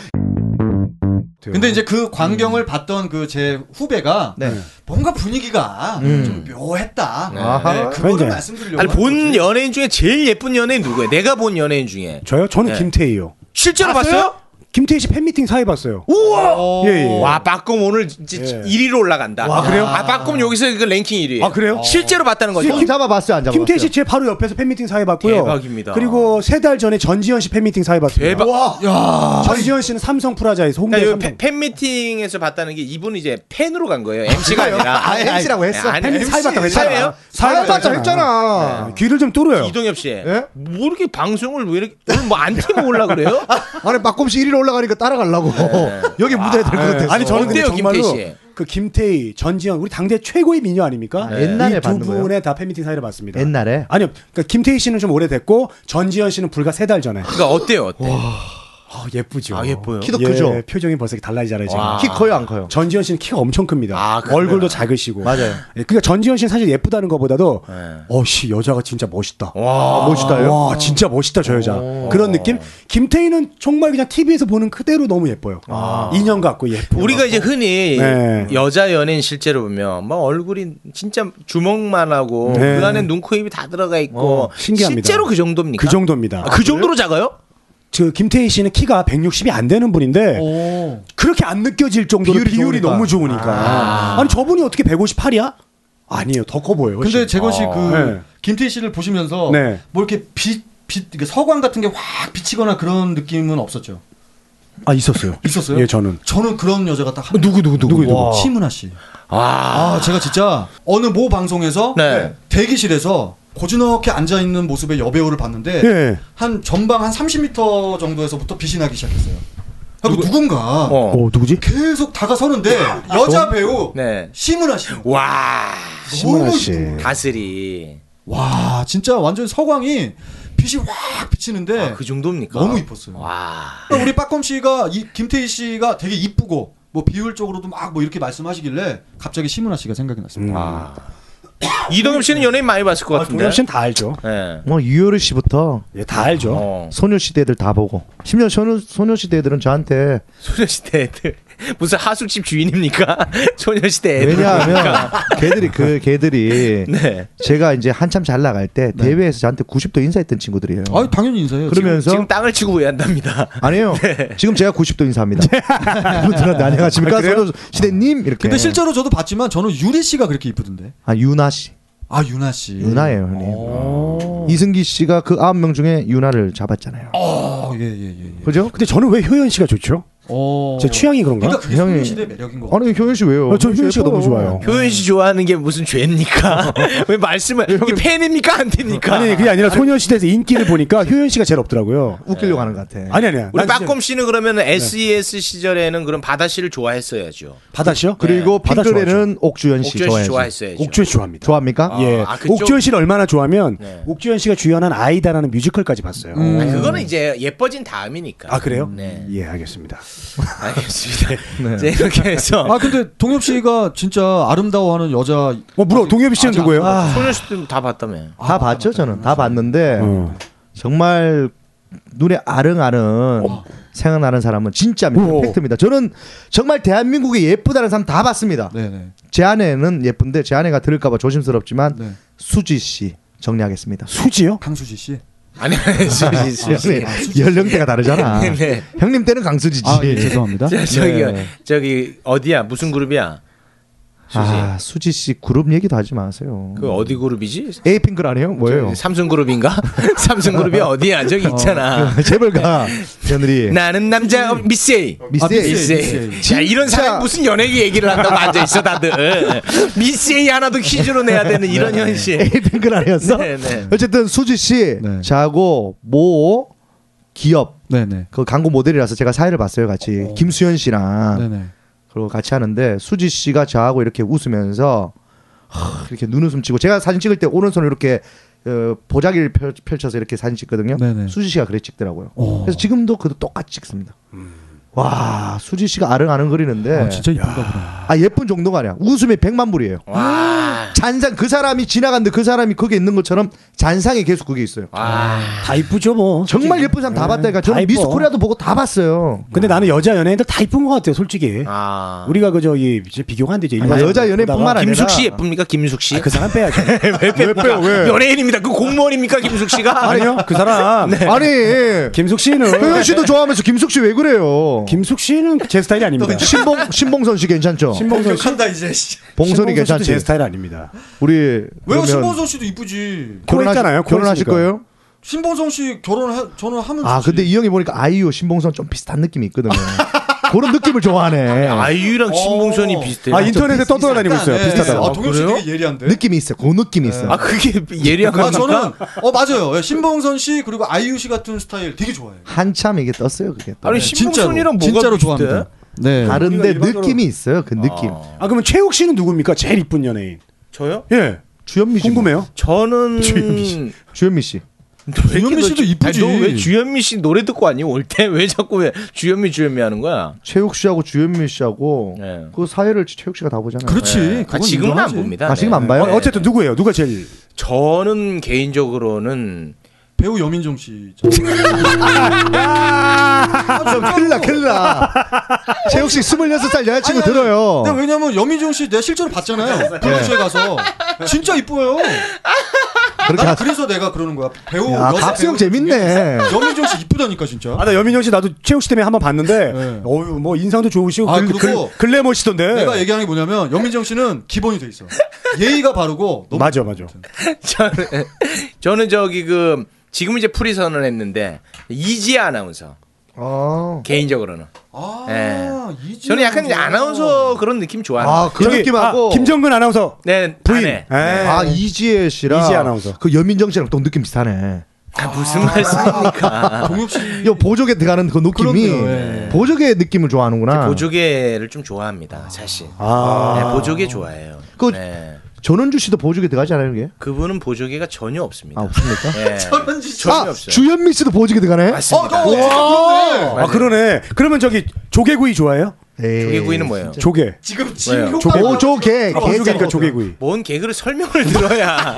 Speaker 6: 근데 이제 그 광경을
Speaker 3: 음.
Speaker 6: 봤던 그 제 후배가
Speaker 5: 네.
Speaker 6: 뭔가 분위기가 좀 묘했다.
Speaker 5: 아하.
Speaker 6: 네, 그거를
Speaker 4: 그러니까요.
Speaker 6: 말씀드리려고.
Speaker 3: 음. 아니
Speaker 6: 하는
Speaker 3: 본
Speaker 6: 거지.
Speaker 3: 연예인 중에 제일 예쁜 연예인 누구예요? 내가 본 연예인 중에
Speaker 4: 저요? 저는
Speaker 3: 네.
Speaker 4: 김태희요.
Speaker 3: 실제로 봤어요?
Speaker 4: 김태희 씨 팬미팅 사회 봤어요.
Speaker 3: 네, 우와!
Speaker 4: 예, 예.
Speaker 3: 와, 박검 오늘 지- 지-
Speaker 4: 예.
Speaker 3: 1위로 올라간다.
Speaker 4: 와, 그래요?
Speaker 3: 아, 박검 여기서 그 랭킹 1위.
Speaker 4: 아, 그래요?
Speaker 3: 실제로 봤다는 거죠.
Speaker 5: 손 잡아봤어요, 안 잡았어요?
Speaker 4: 김태희 씨 제 바로 옆에서 팬미팅 사회 봤고요.
Speaker 3: 대박입니다.
Speaker 4: 그리고 세 달 전에 전지현 씨 팬미팅 사회 봤어요.
Speaker 3: 대박.
Speaker 4: 전지현 씨는 삼성 프라자에서 홍대
Speaker 3: 그러니까
Speaker 4: 삼성.
Speaker 3: 여기 팬- 팬미팅에서 봤다는 게 이분이 이제 팬으로 간 거예요. MC가 아니라.
Speaker 5: 아, MC라고 했어.
Speaker 3: 아니,
Speaker 4: 팬
Speaker 3: MC
Speaker 4: 사회
Speaker 3: 사회예요?
Speaker 4: 봤다고 했잖아요.
Speaker 5: 사연 받자
Speaker 4: 아,
Speaker 5: 했잖아.
Speaker 4: 귀를 좀 뚫어요.
Speaker 3: 이동엽 씨.
Speaker 5: 예?
Speaker 3: 뭐 이렇게 방송을 왜 이렇게 오늘 뭐안 팀어 올라 그래요?
Speaker 5: 아니 박곰씨 1위로 올라가니까 따라가려고 여기 무대에 들 것
Speaker 4: 네.
Speaker 5: 같아서.
Speaker 4: 아니 저는 근데
Speaker 3: 어때요,
Speaker 4: 정말로
Speaker 3: 김태희 씨?
Speaker 4: 그 김태희, 전지현 우리 당대 최고의 미녀 아닙니까?
Speaker 3: 네.
Speaker 5: 아, 옛날에
Speaker 4: 이두
Speaker 5: 봤는 거예요?
Speaker 4: 분의 다 팬미팅 사회를 봤습니다.
Speaker 5: 옛날에
Speaker 4: 아니요, 그러니까 김태희 씨는 좀 오래됐고 전지현 씨는 불과 세 달 전에.
Speaker 3: 그러니까 어때요? 어때?
Speaker 4: 아 예쁘죠.
Speaker 3: 아, 예뻐요.
Speaker 5: 키도 크죠?
Speaker 4: 예, 표정이 벌써 달라지잖아요. 지금.
Speaker 3: 와.
Speaker 5: 키 커요 안 커요?
Speaker 4: 전지현 씨는 키가 엄청 큽니다.
Speaker 3: 아, 그래요?
Speaker 4: 얼굴도 작으시고.
Speaker 5: 맞아요.
Speaker 4: 예, 그러니까 전지현 씨는 사실 예쁘다는 것보다도
Speaker 3: 네.
Speaker 4: 어씨 여자가 진짜 멋있다.
Speaker 3: 와.
Speaker 4: 아, 멋있다요? 와 진짜 멋있다 저 여자. 그런 느낌. 김태희는 정말 그냥 TV에서 보는 그대로 너무 예뻐요. 인형 같고 예뻐.
Speaker 3: 우리가 이제 흔히
Speaker 4: 네.
Speaker 3: 여자 연예인 실제로 보면 막 얼굴이 진짜 주먹만 하고
Speaker 4: 네.
Speaker 3: 그 안에 눈, 코, 입이 다 들어가 있고
Speaker 4: 어, 신기합니다.
Speaker 3: 실제로 그 정도입니까?
Speaker 4: 그 정도입니다.
Speaker 3: 아, 그 정도로 작아요?
Speaker 4: 저 김태희 씨는 키가 160이 안 되는 분인데
Speaker 6: 오.
Speaker 4: 그렇게 안 느껴질 정도로
Speaker 5: 비율이
Speaker 4: 비율이,
Speaker 5: 좋으니까.
Speaker 4: 너무 좋으니까. 아. 니 저분이 어떻게 158이야? 아니에요 더 커 보여요. 훨씬.
Speaker 6: 근데 재건 씨 그
Speaker 4: 네.
Speaker 6: 김태희 씨를 보시면서
Speaker 4: 네.
Speaker 6: 뭐 이렇게 빛, 빛 이렇게 서광 같은 게 확 비치거나 그런 느낌은 없었죠.
Speaker 4: 아 있었어요.
Speaker 6: 있었어요?
Speaker 4: 예 저는.
Speaker 6: 저는 그런 여자가 딱 한. 누구 누구
Speaker 4: 누구, 누구?
Speaker 6: 심은하 씨.
Speaker 3: 아,
Speaker 6: 아, 제가 진짜 어느 모 방송에서
Speaker 3: 네.
Speaker 6: 대기실에서 고즈넉히 앉아 있는 모습의 여배우를 봤는데
Speaker 4: 예.
Speaker 6: 한 전방 한 30m 정도에서부터 빛이 나기 시작했어요. 아, 그리고 누군가
Speaker 3: 어.
Speaker 4: 어 누구지?
Speaker 6: 계속 다가서는데 여자 배우
Speaker 3: 네.
Speaker 6: 심은하 씨.
Speaker 3: 와,
Speaker 4: 심은하 씨.
Speaker 3: 가슬이
Speaker 6: 와, 진짜 완전 서광이 빛이 확 비치는데
Speaker 3: 아, 그 정도입니까?
Speaker 6: 너무 이뻤어요.
Speaker 3: 와,
Speaker 6: 우리 빠꼼 씨가 이 김태희 씨가 되게 이쁘고 뭐 비율적으로도 막 뭐 이렇게 말씀하시길래 갑자기 심은하 씨가 생각이 났습니다.
Speaker 3: 아. 이동엽 씨는 연예인 많이 봤을 것
Speaker 4: 아,
Speaker 3: 같은데.
Speaker 4: 동엽 씨는 다 알죠.
Speaker 3: 네.
Speaker 5: 뭐 유효리 씨부터
Speaker 4: 예, 다 알죠.
Speaker 3: 어.
Speaker 5: 소녀시대 애들 다 보고 심지어 소녀, 소녀시대 애들은 저한테
Speaker 3: 소녀시대 애들 무슨 하숙집 주인입니까? 소녀시대 애들.
Speaker 5: 왜냐하면 걔들이 그 걔들이
Speaker 3: 네.
Speaker 5: 제가 이제 한참 잘 나갈 때 대회에서 저한테 90도 인사했던 친구들이에요
Speaker 6: 아, 당연히 인사해요.
Speaker 5: 음. 그러면서
Speaker 3: 지금 땅을 치고 후회한답니다.
Speaker 5: 아니에요 지금 제가 90도 인사합니다 여러분들한테 안녕하십니까 소녀시대님 이렇게
Speaker 6: 근데 실제로 저도 봤지만 저는 유리 씨가 그렇게 이쁘던데.
Speaker 5: 아 유나 씨
Speaker 6: 아, 유나 씨.
Speaker 5: 유나예요 형님 이승기 씨가 그 아홉 명 중에 유나를 잡았잖아요
Speaker 6: 어, 예, 예, 예. 예.
Speaker 5: 그죠?
Speaker 4: 근데 저는 왜 효연 씨가 좋죠?
Speaker 6: 어.
Speaker 4: 제 취향이 그런가?
Speaker 6: 그러니까 그게
Speaker 5: 형이-
Speaker 6: 형이... 시대의 매력인 거. 같아요.
Speaker 5: 아니 효연 씨 왜요?
Speaker 4: 아, 저 효연 씨가 너무 좋아요.
Speaker 3: 효연 씨 좋아하는 게 무슨 죄입니까? 왜 말씀을 이게 팬입니까 안 됩니까?
Speaker 4: 아니 그게 아니라 소녀시대에서 인기를 보니까 효연 씨가 제일 없더라고요.
Speaker 5: 웃기려고 하는 것 같아.
Speaker 4: 아니 아니야.
Speaker 3: 우리
Speaker 4: 난 진짜-
Speaker 3: 빠꼼 씨는 그러면 SES 시절에는 그럼 바다 씨를 좋아했어야죠.
Speaker 4: 바다 씨요? 네.
Speaker 5: 그리고
Speaker 4: 바다
Speaker 5: 핑클에는 옥주현 씨
Speaker 3: 옥주현 씨
Speaker 5: 좋아해요.
Speaker 3: 좋아했어야죠.
Speaker 4: 옥주현 씨 좋아합니다.
Speaker 5: 좋아합니까?
Speaker 3: 아,
Speaker 4: 예.
Speaker 3: 아, 그쪽-
Speaker 4: 옥주현 씨를 얼마나 좋아하면
Speaker 3: 네.
Speaker 4: 옥주현 씨가 주연한 아이다라는 뮤지컬까지 봤어요.
Speaker 6: 음.
Speaker 3: 아니, 그거는 이제 예뻐진 다음이니까.
Speaker 4: 아 그래요?
Speaker 3: 네.
Speaker 4: 예 알겠습니다.
Speaker 3: 알겠습니다. 이제 이렇게 해서
Speaker 6: 아 근데 동엽 씨가 진짜 아름다워하는 여자
Speaker 4: 어
Speaker 5: 뭐
Speaker 4: 물어 동엽 씨는 누구예요?
Speaker 7: 아.
Speaker 3: 소녀시대 다 봤다며.
Speaker 5: 다 봤죠 저는 다 봤는데
Speaker 4: 음.
Speaker 5: 정말 눈에 아른아른 생각나는 사람은 진짜
Speaker 4: 오.
Speaker 5: 팩트입니다. 저는 정말 대한민국의 예쁘다는 사람 다 봤습니다.
Speaker 6: 네네
Speaker 5: 제 아내는 예쁜데 제 아내가 들을까봐 조심스럽지만
Speaker 6: 네.
Speaker 5: 수지 씨 정리하겠습니다.
Speaker 4: 수지요?
Speaker 6: 강수지 씨
Speaker 3: 아니 아니 수지 수지.
Speaker 5: 아, 연령대가 다르잖아.
Speaker 3: 네.
Speaker 5: 형님 때는 강수지지.
Speaker 6: 아, 예, 죄송합니다.
Speaker 3: 자, 저기
Speaker 5: 네.
Speaker 3: 저기 어디야? 무슨 그룹이야? 수지.
Speaker 5: 아, 수지 씨 그룹 얘기도 하지 마세요.
Speaker 3: 그 어디 그룹이지?
Speaker 5: 에이핑크라네요. 뭐예요?
Speaker 3: 삼성 그룹인가? 삼성 그룹이 어디야? 저기 있잖아.
Speaker 5: 그 재벌가 며느리.
Speaker 3: 나는 남자 어, 미세이.
Speaker 5: 네. 미세이.
Speaker 6: 아, 미세이.
Speaker 3: 미세이. 야, 이런
Speaker 5: 진짜.
Speaker 3: 사람 무슨 연예계 얘기를 한다고 앉아 있어 다들. 미세이 하나도 퀴즈로 내야 되는 이런 현실.
Speaker 5: 에이핑크라네였어.
Speaker 3: 네, 네.
Speaker 5: 어쨌든 수지 씨
Speaker 6: 네.
Speaker 5: 저하고 모 기업
Speaker 6: 네네
Speaker 5: 그 광고 모델이라서 제가 사회를 봤어요 같이 김수현 씨랑
Speaker 6: 네네
Speaker 5: 그리고 같이 하는데 수지 씨가 저하고 이렇게 웃으면서 하, 이렇게 눈웃음 치고 제가 사진 찍을 때 오른손을 이렇게 어, 보자기를 펼, 펼쳐서 이렇게 사진 찍거든요.
Speaker 6: 네네. 어.
Speaker 5: 수지 씨가 그래 찍더라고요.
Speaker 6: 오.
Speaker 5: 그래서 지금도 그도 똑같이 찍습니다. 와 수지 씨가 아릉아릉 거리는데
Speaker 6: 아, 진짜 이쁜가 보다
Speaker 5: 아 예쁜 정도가 아니야. 웃음이 백만 불이에요. 잔상 그 사람이 지나갔는데 그 사람이 거기 있는 것처럼 잔상이 계속 그게 있어요.
Speaker 7: 다 이쁘죠 뭐. 네.
Speaker 5: 정말 예쁜 사람
Speaker 4: 네.
Speaker 5: 다
Speaker 7: 다
Speaker 5: 봤다니까 저는
Speaker 7: 예뻐.
Speaker 5: 미스 코리아도 보고 다 봤어요.
Speaker 7: 근데 나는 여자 연예인들 다 이쁜 것 같아요, 솔직히.
Speaker 3: 아.
Speaker 7: 우리가 그 저기 진짜 비교가 안 되죠. 일반
Speaker 5: 아니, 여자 연예인뿐만
Speaker 4: 네,
Speaker 7: 보다가.
Speaker 5: 아니라
Speaker 3: 김숙 씨 예쁩니까? 김숙
Speaker 4: 아,
Speaker 3: 씨?
Speaker 7: 그 사람 빼야죠.
Speaker 3: 왜 빼요? 왜? 연예인입니다. 그 공무원입니까? 김숙 씨가?
Speaker 4: 아니요 그 사람
Speaker 5: 아니
Speaker 7: 김숙 씨는
Speaker 5: 네. 효연 씨도 좋아하면서 김숙 씨 왜 그래요? 네.
Speaker 7: 김숙 씨는 제 스타일이 아닙니다.
Speaker 5: 신봉 신봉선 씨 괜찮죠?
Speaker 7: 신봉선 씨
Speaker 6: 한다 어, 이제 씨.
Speaker 5: 봉선이
Speaker 7: 신봉선 씨도 제
Speaker 5: 괜찮지?
Speaker 7: 스타일 아닙니다.
Speaker 5: 우리
Speaker 6: 왜요
Speaker 5: 그러면
Speaker 6: 신봉선 씨도 이쁘지
Speaker 5: 결혼하시-
Speaker 7: 코했잖아요,
Speaker 5: 결혼하실
Speaker 7: 코했으니까.
Speaker 5: 거예요?
Speaker 6: 신봉선 씨 결혼 저는 하면
Speaker 5: 아 근데 이 형이 보니까 아이유 신봉선 좀 비슷한 느낌이 있거든요. 그런 느낌을 좋아하네.
Speaker 3: 아이유랑 신봉선이
Speaker 7: 네.
Speaker 3: 비슷해요.
Speaker 4: 아 인터넷에 떠돌아다니고 있어요 비슷하다고
Speaker 6: 아, 동엽 씨 되게 예리한데
Speaker 5: 느낌이 있어. 그 느낌이 있어.
Speaker 3: 아 그게 예리한
Speaker 6: 아
Speaker 3: 겁니까?
Speaker 6: 저는 어 맞아요 예, 신봉선 씨 그리고 아이유 씨 같은 스타일 되게 좋아해요 예,
Speaker 5: 한참 이게 떴어요 그게. 또.
Speaker 3: 아니 신봉선이랑 뭐가
Speaker 6: 네. 진짜로
Speaker 3: 비슷해?
Speaker 6: 좋아합니다 네
Speaker 5: 다른데
Speaker 4: 우리가 일반적으로-
Speaker 5: 느낌이 있어요 그 느낌.
Speaker 7: 아 그러면 최욱 씨는 누굽니까? 제일 이쁜 연예인.
Speaker 3: 저요?
Speaker 7: 예.
Speaker 5: 주현미 씨.
Speaker 7: 궁금해요.
Speaker 3: 저는
Speaker 7: 주현미 씨.
Speaker 5: 주현미 씨.
Speaker 6: 주현미 씨도 이쁘지.
Speaker 3: 너왜 주현미 씨 노래 듣고 왔니? 올 때 왜 자꾸 왜 주현미 주현미 하는 거야? 아,
Speaker 5: 최욱 씨하고 주현미 씨하고
Speaker 3: 네.
Speaker 5: 그 사회를 최욱 씨가 다 보잖아요.
Speaker 6: 그렇지
Speaker 3: 아,
Speaker 6: 그건
Speaker 3: 지금은 안
Speaker 6: 인정하지.
Speaker 3: 봅니다.
Speaker 5: 아 지금 안
Speaker 3: 네.
Speaker 5: 봐요?
Speaker 4: 어, 어쨌든 누구예요 누가 제일
Speaker 3: 저는 개인적으로는
Speaker 6: 배우 여민정 씨
Speaker 5: 그렇죠.
Speaker 6: 있잖아요. 아, 저-
Speaker 5: 큰일 나 큰일 나. 최욱 씨 26살 여자친구
Speaker 6: 아니, 아니,
Speaker 5: 들어요.
Speaker 6: 근데 왜냐면 여민정 씨 내가 실제로
Speaker 3: 네.
Speaker 6: 봤잖아요. 프로쇼에 가서 진짜 이뻐요.
Speaker 5: 그렇게
Speaker 6: 나
Speaker 5: 하자.
Speaker 6: 그래서 내가 그러는 거야. 배우
Speaker 5: 야,
Speaker 6: 여자
Speaker 5: 박수영
Speaker 6: 배우
Speaker 5: 재밌네.
Speaker 6: 중에 여민정 씨 이쁘다니까 진짜.
Speaker 4: 아 나 여민영 씨 나도 최욱 씨 때문에 한 번 봤는데
Speaker 6: 네.
Speaker 4: 어유 뭐 인상도 좋으시고
Speaker 6: 아,
Speaker 4: 글,
Speaker 6: 그리고
Speaker 4: 글, 글래머시던데
Speaker 5: 네.
Speaker 6: 내가 얘기하는 게 뭐냐면 여민정 씨는 기본이 돼 있어. 예의가 바르고 너무
Speaker 4: 맞아 맞아
Speaker 3: 저는 저는 저기 그 지금 이제 프리선언 했는데 이지아 아나운서
Speaker 5: 아,
Speaker 3: 개인적으로는
Speaker 6: 아,
Speaker 3: 예.
Speaker 6: 이지.
Speaker 3: 저는 약간 이제
Speaker 6: 어.
Speaker 3: 아나운서 그런 느낌 좋아하는.
Speaker 5: 아, 그 느낌하고
Speaker 4: 아, 김정근 아나운서
Speaker 3: 네
Speaker 4: 부인
Speaker 3: 아내.
Speaker 4: 예.
Speaker 5: 아 이지혜 씨랑
Speaker 4: 이지혜 아나운서.
Speaker 5: 그 여민정 씨랑 또 느낌 비슷하네.
Speaker 3: 아, 무슨 말씀입니까?
Speaker 5: 아.
Speaker 6: 동엽 씨.
Speaker 5: 요 보조개 들어가는 그 느낌이
Speaker 6: 그럼요, 예.
Speaker 5: 보조개 느낌을 좋아하는구나.
Speaker 3: 보조개를 좀 좋아합니다, 사실. 네, 보조개 좋아해요.
Speaker 5: 그-
Speaker 3: 네.
Speaker 5: 전원주 씨도 보조개 들어가지 않아요 이게?
Speaker 3: 그분은 보조개가 전혀 없습니다.
Speaker 5: 아 없습니까?
Speaker 3: 네.
Speaker 6: 저런지
Speaker 3: 전혀
Speaker 5: 아
Speaker 3: 없어요.
Speaker 5: 주현미 씨도 보조개 들어가네.
Speaker 6: 어,
Speaker 3: 맞습니다.
Speaker 6: 너 어떻게 그러네.
Speaker 4: 아 그러네 그러면 저기 조개구이 좋아해요
Speaker 5: 에이,
Speaker 3: 조개구이는 뭐예요?
Speaker 5: 네.
Speaker 4: 조개
Speaker 6: 지금
Speaker 3: 왜요?
Speaker 6: 지금 효과
Speaker 5: 보조개
Speaker 4: 아, 조개니까
Speaker 5: 개잖아.
Speaker 4: 조개구이
Speaker 3: 뭔 개그를 설명을 들어야.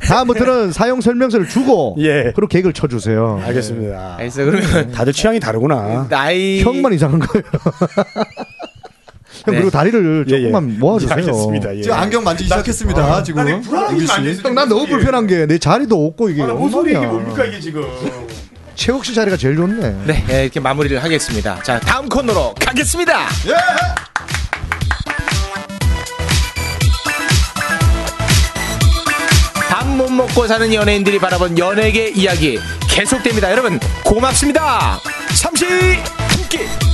Speaker 5: 다음부터는 사용 설명서를 주고
Speaker 4: 예.
Speaker 5: 그리고 개그를 쳐주세요. 네.
Speaker 4: 알겠습니다 아,
Speaker 3: 알겠어. 그러면
Speaker 4: 다들 취향이 다르구나
Speaker 3: 나이
Speaker 5: 형만 이상한 거예요. 형 그리고 다리를
Speaker 4: 예, 예.
Speaker 5: 조금만 모아주세요.
Speaker 4: 알겠습니다 예.
Speaker 6: 지금 안경 만지기 시작했습니다.
Speaker 3: 아.
Speaker 6: 지금. 우리 씨.
Speaker 5: 형, 난 너무 불편한 게 내 자리도 없고
Speaker 4: 아,
Speaker 5: 이게 엉망이야.
Speaker 4: 이게 지금
Speaker 5: 최욱 씨 자리가 제일 좋네.
Speaker 3: 네, 네, 이렇게 마무리를 하겠습니다. 자, 다음 코너로 가겠습니다. 밥 못 먹고 사는 연예인들이 바라본 연예계 이야기 계속됩니다. 여러분, 고맙습니다. 삼시 함께.